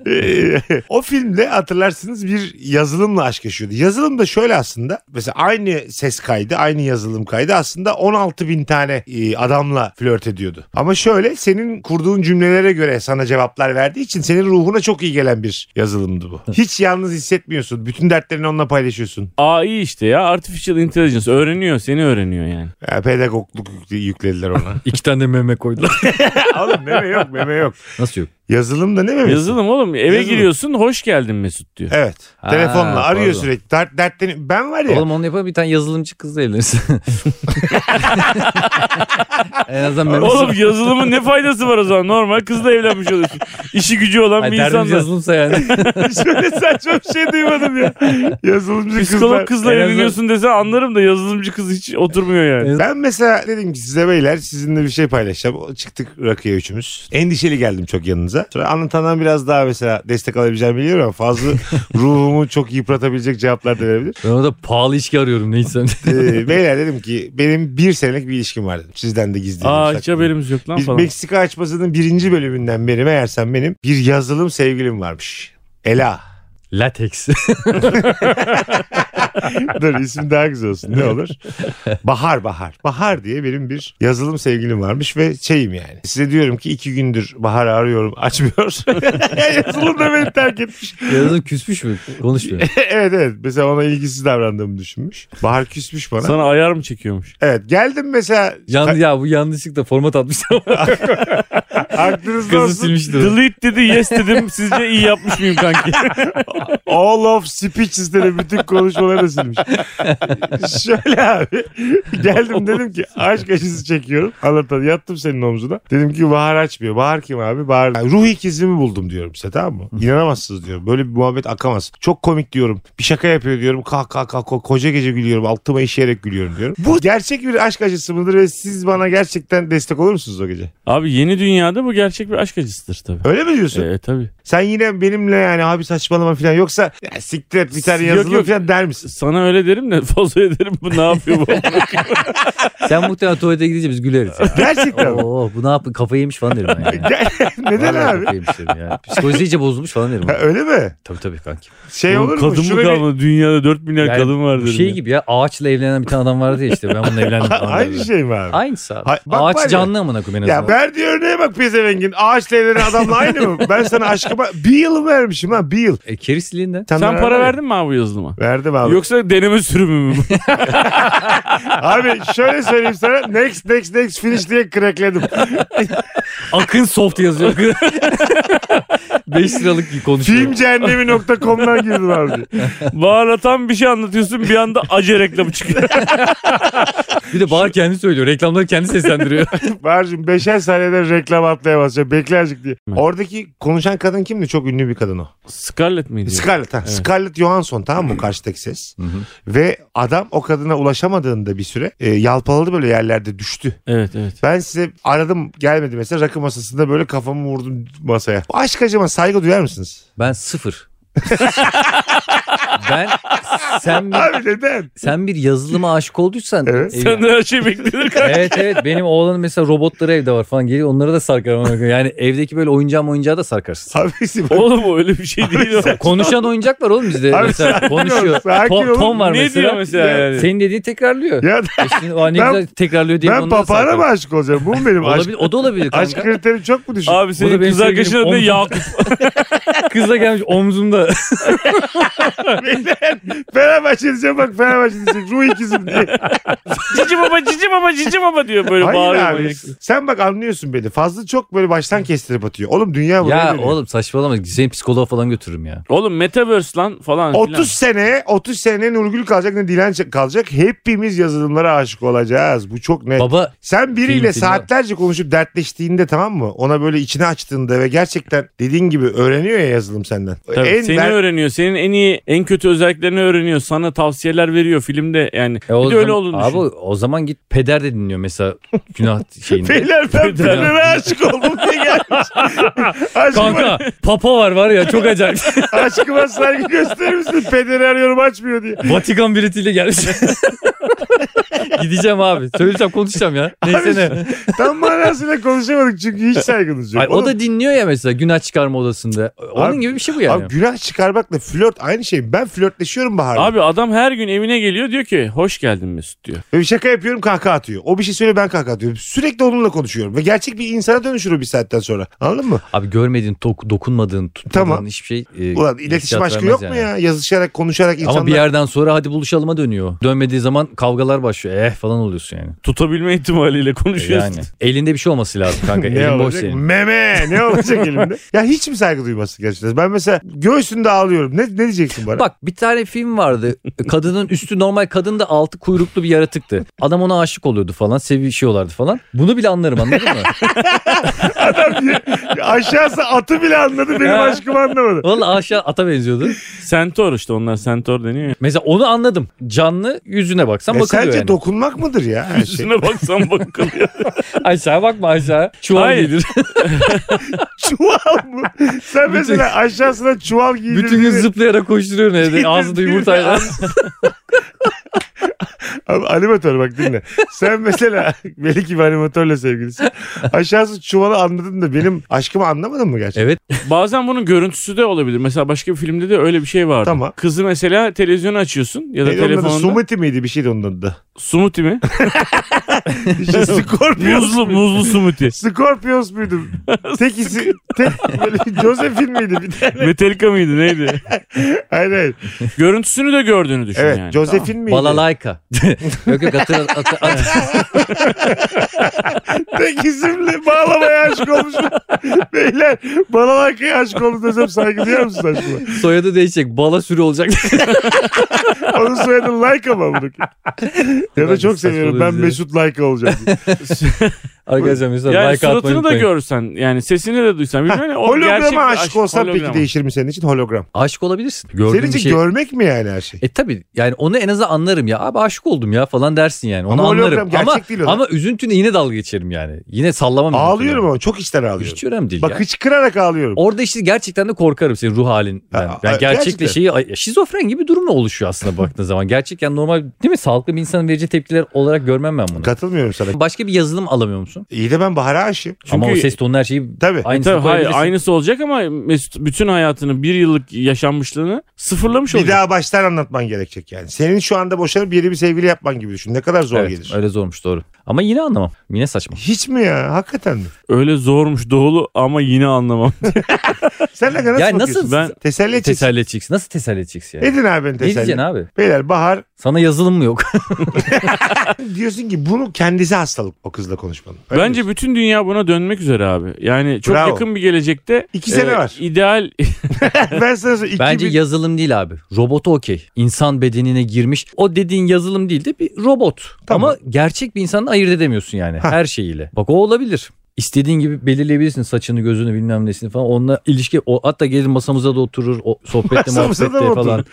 [SPEAKER 3] Ee, o filmde hatırlarsınız bir yazılımla aşk yaşıyordu. Yazılım da şöyle aslında. Mesela aynı ses kaydı, aynı yazılım kaydı aslında 16 bin tane e, adamla flört ediyordu. Ama şöyle senin kurduğun cümlelere göre sana cevaplar verdiği için senin ruhuna çok iyi gelen bir yazılımdı bu. Hiç yalnız hissetmiyorsun. Bütün dertlerini onunla paylaşıyorsun.
[SPEAKER 4] AI işte ya. Artificial Intelligence. Öğreniyor. Seni öğreniyor yani.
[SPEAKER 3] Ya, pedagogluk yükle- yüklediler ona.
[SPEAKER 5] İki tane de meme koydular.
[SPEAKER 3] Oğlum meme yok meme yok.
[SPEAKER 5] Nasıl yok?
[SPEAKER 3] Yazılım da ne memesi?
[SPEAKER 4] Yazılım oğlum. Eve
[SPEAKER 3] Yazılım.
[SPEAKER 4] giriyorsun. Hoş geldin Mesut diyor.
[SPEAKER 3] Evet.
[SPEAKER 5] Ha,
[SPEAKER 3] Telefonla arıyor
[SPEAKER 5] pardon.
[SPEAKER 3] sürekli. Dert, dertlerini... Ben var ya.
[SPEAKER 5] Oğlum onu yapalım bir tane yazılımcı kızla evlenirsin. en azından memesi
[SPEAKER 4] Oğlum yazılımın ne faydası var o zaman? Normal kızla evlenmiş oluyorsun. İşi gücü olan
[SPEAKER 5] Ay,
[SPEAKER 4] bir
[SPEAKER 5] derdimiz
[SPEAKER 4] insanla.
[SPEAKER 5] yazılımsa yani.
[SPEAKER 3] Şöyle saçma bir şey duymadım ya. Yazılımcı kızlar.
[SPEAKER 4] Psikolog kızla
[SPEAKER 5] En azından-
[SPEAKER 4] evleniyorsun dese anlarım da yazılımcı kız hiç oturmuyor yani.
[SPEAKER 3] Ben mesela dedim ki size beyler sizinle bir şey paylaşacağım. Çıktık rakıya üçümüz. Endişeli geldim çok yanınıza. Sonra anlatandan biraz daha mesela destek alabileceğimi biliyorum ama fazla ruhumu çok yıpratabilecek cevaplar da verebilir.
[SPEAKER 5] Ben orada pahalı ilişki arıyorum neyse.
[SPEAKER 3] Ee, beyler dedim ki benim bir senelik bir ilişkim var dedim. Sizden de gizliyim.
[SPEAKER 4] Aa hiç
[SPEAKER 3] saklıyım.
[SPEAKER 4] haberimiz yok lan
[SPEAKER 3] şey Biz
[SPEAKER 4] falan.
[SPEAKER 3] Meksika açmasının birinci bölümünden beri meğersem benim bir yazılım sevgilim varmış. Ela.
[SPEAKER 5] Latex.
[SPEAKER 3] Dur isim daha güzel olsun ne olur. Bahar Bahar. Bahar diye benim bir yazılım sevgilim varmış ve şeyim yani. Size diyorum ki iki gündür Bahar'ı arıyorum açmıyor. yazılım da beni terk etmiş.
[SPEAKER 5] Yazılım küsmüş mü? Konuşmuyor.
[SPEAKER 3] evet evet mesela ona ilgisiz davrandığımı düşünmüş. Bahar küsmüş bana.
[SPEAKER 4] Sana ayar mı çekiyormuş?
[SPEAKER 3] Evet geldim mesela
[SPEAKER 5] Yan, ya bu yanlışlıkla format atmışlar.
[SPEAKER 3] aklınızda
[SPEAKER 5] Kızı
[SPEAKER 3] olsun.
[SPEAKER 5] silmiştir.
[SPEAKER 4] Delete dedi yes dedim. Sizce iyi yapmış mıyım kanki?
[SPEAKER 3] All of speeches dedi bütün konuşmaları da silmiş. Şöyle abi. Geldim dedim ki aşk acısı çekiyorum. Anlatan yattım senin omzuna. Dedim ki Bahar açmıyor. Bahar kim abi? Bahar. Yani ruh ikizimi buldum diyorum size tamam mı? İnanamazsınız diyorum. Böyle bir muhabbet akamaz. Çok komik diyorum. Bir şaka yapıyor diyorum. Kah kah kah kah. koca gece gülüyorum. Altıma işeyerek gülüyorum diyorum. Bu gerçek bir aşk acısı mıdır ve siz bana gerçekten destek olur musunuz o gece?
[SPEAKER 4] Abi yeni dünyada bu gerçek bir aşk acısıdır tabii.
[SPEAKER 3] Öyle mi diyorsun?
[SPEAKER 4] E tabii.
[SPEAKER 3] Sen yine benimle yani abi saçmalama falan yoksa ya, siktir et bir tane
[SPEAKER 4] Yok,
[SPEAKER 3] yazılım
[SPEAKER 4] yok.
[SPEAKER 3] falan der misin?
[SPEAKER 4] Sana öyle derim de fazla ederim bu ne yapıyor bu?
[SPEAKER 5] Sen muhtemelen tuvalete gidince biz güleriz. ya.
[SPEAKER 3] Gerçekten. mi?
[SPEAKER 5] Oo bu ne yapıyor? Kafayı yemiş falan derim ben yani.
[SPEAKER 3] Ger- Neden
[SPEAKER 5] Vallahi
[SPEAKER 3] abi?
[SPEAKER 5] kafayı yemiş derim ya. Psikolojisi iyice bozulmuş falan derim.
[SPEAKER 3] Ha, Öyle mi?
[SPEAKER 5] tabii tabii kanki.
[SPEAKER 3] Şey
[SPEAKER 4] Oğlum
[SPEAKER 3] olur mu?
[SPEAKER 4] kadın
[SPEAKER 3] Şunu
[SPEAKER 4] mı
[SPEAKER 3] bir-
[SPEAKER 4] kalmadı? Dünyada 4 milyar
[SPEAKER 5] Yani
[SPEAKER 4] kadın var
[SPEAKER 5] Bu
[SPEAKER 4] dedim.
[SPEAKER 5] şey
[SPEAKER 4] ya.
[SPEAKER 5] gibi ya ağaçla evlenen bir tane adam vardı ya işte ben bununla evlendim falan.
[SPEAKER 3] Aynı
[SPEAKER 5] derdi.
[SPEAKER 3] şey mi abi?
[SPEAKER 5] Aynısı abi.
[SPEAKER 3] Hay- bak var ya.
[SPEAKER 5] Ağaç canlı amına koyayım en
[SPEAKER 3] Ya
[SPEAKER 5] azından.
[SPEAKER 3] verdiği örneğe bak pezevengin. Ağaç devleri adamla aynı mı? Ben sana aşkıma bir yıl vermişim ha bir yıl.
[SPEAKER 5] E, kerisliğinde.
[SPEAKER 4] Sen
[SPEAKER 3] verdin
[SPEAKER 4] para
[SPEAKER 3] mi?
[SPEAKER 4] verdin mi abi bu yazılıma?
[SPEAKER 3] Verdim abi.
[SPEAKER 4] Yoksa deneme sürümü mü? bu?
[SPEAKER 3] Abi şöyle söyleyeyim sana. Next next next finish diye crackledim.
[SPEAKER 5] Akın soft yazıyor. 5 liralık bir konuşma.
[SPEAKER 3] Filmcehennemi.com'dan girdim abi.
[SPEAKER 4] Bağıratan bir şey anlatıyorsun bir anda acı reklamı çıkıyor.
[SPEAKER 5] Bir de Bahar kendi söylüyor. Reklamları kendi seslendiriyor.
[SPEAKER 3] Bahar'cığım beşer saniyede reklam atlaya basacağım. Bekle azıcık diye. Oradaki konuşan kadın kimdi? Çok ünlü bir kadın o.
[SPEAKER 4] Scarlett miydi?
[SPEAKER 3] Scarlett. Ha. Scarlett Johansson tamam mı? Karşıdaki ses. Ve adam o kadına ulaşamadığında bir süre e, yalpaladı böyle yerlerde düştü.
[SPEAKER 4] evet evet.
[SPEAKER 3] Ben size aradım gelmedi mesela rakı masasında böyle kafamı vurdum masaya. Aşk acıma saygı duyar mısınız?
[SPEAKER 5] Ben sıfır. ben sen bir,
[SPEAKER 3] Abi neden?
[SPEAKER 5] sen bir yazılıma aşık olduysan
[SPEAKER 3] Evet.
[SPEAKER 5] Evlen-
[SPEAKER 4] Senden her şey beklenir.
[SPEAKER 5] evet evet benim oğlanın mesela robotları evde var falan geliyor onlara da sarkarım. Yani evdeki böyle oyuncağı oyuncağı da sarkarsın.
[SPEAKER 3] Abisi bak.
[SPEAKER 4] Oğlum öyle bir şey değil. o.
[SPEAKER 5] Konuşan oyuncak var oğlum bizde.
[SPEAKER 3] Abi
[SPEAKER 5] mesela
[SPEAKER 3] sakin ol,
[SPEAKER 5] konuşuyor.
[SPEAKER 3] sakin
[SPEAKER 5] Tom,
[SPEAKER 3] ol.
[SPEAKER 5] Tom var
[SPEAKER 4] ne
[SPEAKER 5] mesela.
[SPEAKER 4] diyor mesela yani?
[SPEAKER 5] Senin dediğini tekrarlıyor.
[SPEAKER 3] Ya
[SPEAKER 5] E şimdi, "Aa, ne
[SPEAKER 3] Ben-
[SPEAKER 5] güzel tekrarlıyor diye
[SPEAKER 3] ben
[SPEAKER 5] ondan
[SPEAKER 3] papağana
[SPEAKER 5] sarkarım.
[SPEAKER 3] mı aşık olacağım? Bu mu benim aşk?
[SPEAKER 5] Olabilir, o da olabilir kanka.
[SPEAKER 3] Aşk kriteri çok mu düşük?
[SPEAKER 4] Abi
[SPEAKER 5] Bu da
[SPEAKER 4] senin
[SPEAKER 5] benim
[SPEAKER 4] kız arkadaşın adı
[SPEAKER 5] sevgilim.
[SPEAKER 4] ne? Yakup.
[SPEAKER 5] Kızla gelmiş omzumda.
[SPEAKER 3] Fenerbahçe diyeceğim bak Fenerbahçe diyecek. Ruh ikizim diye.
[SPEAKER 4] cici baba cici baba cici baba diyor böyle
[SPEAKER 3] Hayır
[SPEAKER 4] bağırıyor.
[SPEAKER 3] abi.
[SPEAKER 4] manyak.
[SPEAKER 3] Sen bak anlıyorsun beni. Fazla çok böyle baştan kestirip atıyor. Oğlum dünya buraya
[SPEAKER 5] ya
[SPEAKER 3] dönüyor.
[SPEAKER 5] oğlum saçmalama. Seni psikoloğa falan götürürüm ya.
[SPEAKER 4] Oğlum Metaverse lan falan. filan.
[SPEAKER 3] 30 sene 30 sene Nurgül kalacak ne Dilan kalacak. Hepimiz yazılımlara aşık olacağız. Bu çok net.
[SPEAKER 5] Baba
[SPEAKER 3] Sen biriyle
[SPEAKER 5] Film, film
[SPEAKER 3] saatlerce konuşup dertleştiğinde tamam mı? Ona böyle içini açtığında ve gerçekten dediğin gibi öğreniyor ya yazılım senden.
[SPEAKER 4] Tabii, seni
[SPEAKER 3] ben-
[SPEAKER 4] öğreniyor. Senin en iyi, en kötü özelliklerini öğreniyor. Sana tavsiyeler veriyor filmde yani.
[SPEAKER 5] E o
[SPEAKER 4] bir de öyle
[SPEAKER 5] zaman-
[SPEAKER 4] olduğunu
[SPEAKER 5] Abi
[SPEAKER 4] düşün.
[SPEAKER 5] o zaman git peder de dinliyor mesela günah şeyinde.
[SPEAKER 3] Beyler ben
[SPEAKER 5] Feda.
[SPEAKER 3] Fener'e aşık oldum diye gelmiş. aşkıma,
[SPEAKER 5] Kanka papa var var ya çok acayip.
[SPEAKER 3] aşkıma saygı gösterir misin? Feder'i arıyorum açmıyor diye.
[SPEAKER 5] Vatikan biletiyle gelmiş. Gideceğim abi. Söyleyeceğim konuşacağım ya. Neyse ne.
[SPEAKER 3] Tam manasıyla konuşamadık çünkü hiç saygınız yok.
[SPEAKER 5] Ay, o
[SPEAKER 3] Oğlum,
[SPEAKER 5] da dinliyor ya mesela günah çıkarma odasında. Onun
[SPEAKER 3] Abi-
[SPEAKER 5] gibi bir şey bu yani.
[SPEAKER 3] Abi günah çıkarmakla flört aynı şey. Ben flörtleşiyorum Bahar'la.
[SPEAKER 4] Abi adam her gün evine geliyor diyor ki hoş geldin Mesut diyor.
[SPEAKER 3] Ve bir şaka yapıyorum kahkaha atıyor. O bir şey söylüyor ben kahkaha atıyorum. Sürekli onunla konuşuyorum. Ve gerçek bir insana dönüşür o bir saatten sonra. Anladın mı?
[SPEAKER 5] Abi görmediğin, tok- dokunmadığın, tutmadığın
[SPEAKER 3] Tamam.
[SPEAKER 5] hiçbir şey. e,
[SPEAKER 3] Ulan
[SPEAKER 5] hissiyat
[SPEAKER 3] iletişim aşkı
[SPEAKER 5] vermez
[SPEAKER 3] yok mu
[SPEAKER 5] yani.
[SPEAKER 3] ya? Yazışarak, konuşarak
[SPEAKER 5] Ama
[SPEAKER 3] insanlar.
[SPEAKER 5] bir yerden sonra hadi buluşalıma dönüyor. Dönmediği zaman kavgalar başlıyor. Eh falan oluyorsun yani.
[SPEAKER 4] Tutabilme ihtimaliyle
[SPEAKER 5] E,
[SPEAKER 4] konuşuyorsun.
[SPEAKER 5] Yani elinde bir şey olması lazım kanka.
[SPEAKER 3] Ne
[SPEAKER 5] Elin boş
[SPEAKER 3] olacak?
[SPEAKER 5] senin.
[SPEAKER 3] Meme ne olacak elimde? Ya hiç mi saygı duymazsın gerçekten? Ben mesela göğsünde ağlıyorum. Ne, ne diyeceksin bana?
[SPEAKER 5] Bak bir tane film vardı. Kadının üstü normal kadın da altı kuyruklu bir yaratıktı. Adam ona aşık oluyordu falan. Sevişiyorlardı falan. Bunu bile anlarım anladın mı?
[SPEAKER 3] Aşağısı atı bile anladı benim aşkımı anlamadı.
[SPEAKER 5] Vallahi aşağı ata benziyordu.
[SPEAKER 4] Sentor işte onlar sentor deniyor ya.
[SPEAKER 5] Mesela onu anladım. Canlı yüzüne baksan
[SPEAKER 3] Ya
[SPEAKER 5] bakılıyor
[SPEAKER 3] E, sence
[SPEAKER 5] yani.
[SPEAKER 3] dokunmak mıdır ya her şey?
[SPEAKER 4] Üstüne baksan bakılıyor.
[SPEAKER 5] aşağı bakma aşağı. Çuval
[SPEAKER 4] Hayır.
[SPEAKER 5] giydir.
[SPEAKER 3] çuval mı? Sen mesela aşağısına çuval giydirdiğini...
[SPEAKER 5] Bütün gün zıplayarak koşturuyorsun evde. Ağzında yumurtayla.
[SPEAKER 3] Abi animatör bak dinle. Sen mesela belki bir animatörle sevgilisin. Aşağısı çuvalı anladın da benim aşkımı anlamadın mı gerçekten?
[SPEAKER 5] Evet.
[SPEAKER 4] Bazen bunun görüntüsü de olabilir. Mesela başka bir filmde de öyle bir şey vardı.
[SPEAKER 3] Tamam.
[SPEAKER 4] Kızı mesela televizyonu açıyorsun ya da
[SPEAKER 3] Neydi onun adı?
[SPEAKER 4] telefonunda.
[SPEAKER 3] Sumiti miydi bir şeydi onun adı da.
[SPEAKER 4] Sumuti mi?
[SPEAKER 3] İşte Scorpions.
[SPEAKER 4] muzlu muzlu sumuti.
[SPEAKER 3] Scorpions muydu? Tekisi, tek böyle Josephine miydi bir tane?
[SPEAKER 4] Metallica mıydı neydi?
[SPEAKER 3] Hayır hayır.
[SPEAKER 4] Görüntüsünü de gördüğünü düşün
[SPEAKER 3] Evet
[SPEAKER 4] yani.
[SPEAKER 3] Josephine miydi?
[SPEAKER 5] Balalayka. yok yok atı, atı, atı.
[SPEAKER 3] Tek isimle bağlamaya aşık olmuşum. Beyler balalayakaya aşık oldum desem saygı duyar musun aşkıma?
[SPEAKER 5] Soyadı değişecek. Bala sürü olacak.
[SPEAKER 3] Onun soyadı Laika mı bunu? Ya da
[SPEAKER 5] Bence
[SPEAKER 3] çok seviyorum ben
[SPEAKER 5] saçmalıyoruz ya.
[SPEAKER 3] Mesut Laika olacağım.
[SPEAKER 5] Arkadaşlar mesela
[SPEAKER 4] Yani
[SPEAKER 5] like atmayı
[SPEAKER 4] suratını da
[SPEAKER 5] unutmayın.
[SPEAKER 4] görsen yani sesini de duysan bilmem ne. o gerçek bir
[SPEAKER 3] Holograma aşık
[SPEAKER 4] aşk,
[SPEAKER 3] olsan
[SPEAKER 4] holograma.
[SPEAKER 3] peki değişir mi senin için hologram?
[SPEAKER 5] Aşık olabilirsin.
[SPEAKER 3] Senin
[SPEAKER 5] Gördüğün bir
[SPEAKER 3] için
[SPEAKER 5] şey.
[SPEAKER 3] görmek mi yani her şey?
[SPEAKER 5] E tabi yani onu en azından anlarım ya. Abi aşık oldum ya falan dersin yani. Onu
[SPEAKER 3] Ama hologram
[SPEAKER 5] anlarım.
[SPEAKER 3] gerçek
[SPEAKER 5] ama,
[SPEAKER 3] değil o da.
[SPEAKER 5] ama üzüntüne yine dalga geçerim yani. Yine sallamam.
[SPEAKER 3] ağlıyorum
[SPEAKER 5] üzüntüne.
[SPEAKER 3] ama çok içten ağlıyorum.
[SPEAKER 5] Hiç önemli değil
[SPEAKER 3] Bak
[SPEAKER 5] ya.
[SPEAKER 3] hıçkırarak ağlıyorum.
[SPEAKER 5] Orada işte gerçekten de korkarım senin ruh halinden.
[SPEAKER 3] Ha,
[SPEAKER 5] yani
[SPEAKER 3] a- gerçekten.
[SPEAKER 5] gerçekle şeyi ay- şizofren gibi durumla oluşuyor aslında baktığın zaman. Gerçek yani normal değil mi? Sağlıklı bir insanın vereceği tepkiler olarak görmem ben bunu.
[SPEAKER 3] Katılmıyorum sana.
[SPEAKER 5] Başka bir yazılım alamıyor musun?
[SPEAKER 3] İyi de ben Bahar'a aşığım.
[SPEAKER 5] ama o
[SPEAKER 4] Çünkü-
[SPEAKER 5] ses tonu her şeyi
[SPEAKER 3] Tabii.
[SPEAKER 5] aynısını
[SPEAKER 4] Tabii hayır
[SPEAKER 5] koyabilirsin.
[SPEAKER 4] aynısı olacak ama Mesut bütün hayatını bir yıllık yaşanmışlığını sıfırlamış
[SPEAKER 3] Bir
[SPEAKER 4] olacak.
[SPEAKER 3] daha baştan anlatman gerekecek yani. Senin şu anda boşanıp yeni bir sevgili yapman gibi düşün. Ne kadar zor
[SPEAKER 5] Evet,
[SPEAKER 3] gelir.
[SPEAKER 5] Öyle zormuş doğru. Ama yine anlamam. Yine saçma.
[SPEAKER 3] Hiç mi ya? Hakikaten mi?
[SPEAKER 4] Öyle zormuş doğulu ama yine anlamam.
[SPEAKER 3] Sen ne kadar nasıl
[SPEAKER 5] Ya
[SPEAKER 3] bakıyorsun?
[SPEAKER 5] nasıl
[SPEAKER 4] Ben-
[SPEAKER 3] Teselli edeceksin.
[SPEAKER 5] teselli edeceksin? Nasıl teselli edeceksin yani?
[SPEAKER 3] Edin abi beni
[SPEAKER 5] Ne
[SPEAKER 3] teselli.
[SPEAKER 5] diyeceksin abi?
[SPEAKER 3] Beyler Bahar
[SPEAKER 5] Sana yazılım mı yok?
[SPEAKER 3] diyorsun ki bunu kendisi hastalık o kızla konuşmanın. Öyle
[SPEAKER 4] Bence
[SPEAKER 3] diyorsun.
[SPEAKER 4] bütün dünya buna dönmek üzere abi. Yani çok
[SPEAKER 3] Bravo.
[SPEAKER 4] yakın bir gelecekte e,
[SPEAKER 3] İki sene var.
[SPEAKER 4] ideal
[SPEAKER 3] ben sana söyleyeyim.
[SPEAKER 5] Bence
[SPEAKER 3] 2000
[SPEAKER 5] yazılım değil abi. Robotu okey. İnsan bedenine girmiş. O dediğin yazılım değil de bir robot.
[SPEAKER 3] Tamam.
[SPEAKER 5] Ama gerçek bir insanı ayırt edemiyorsun yani her şeyiyle. Bak o olabilir. İstediğin gibi belirleyebilirsin saçını gözünü bilmem nesini falan. Onunla ilişki o hatta gelir masamıza da oturur. O sohbette
[SPEAKER 3] Masamıza da
[SPEAKER 5] muhabbette
[SPEAKER 3] mı
[SPEAKER 5] falan.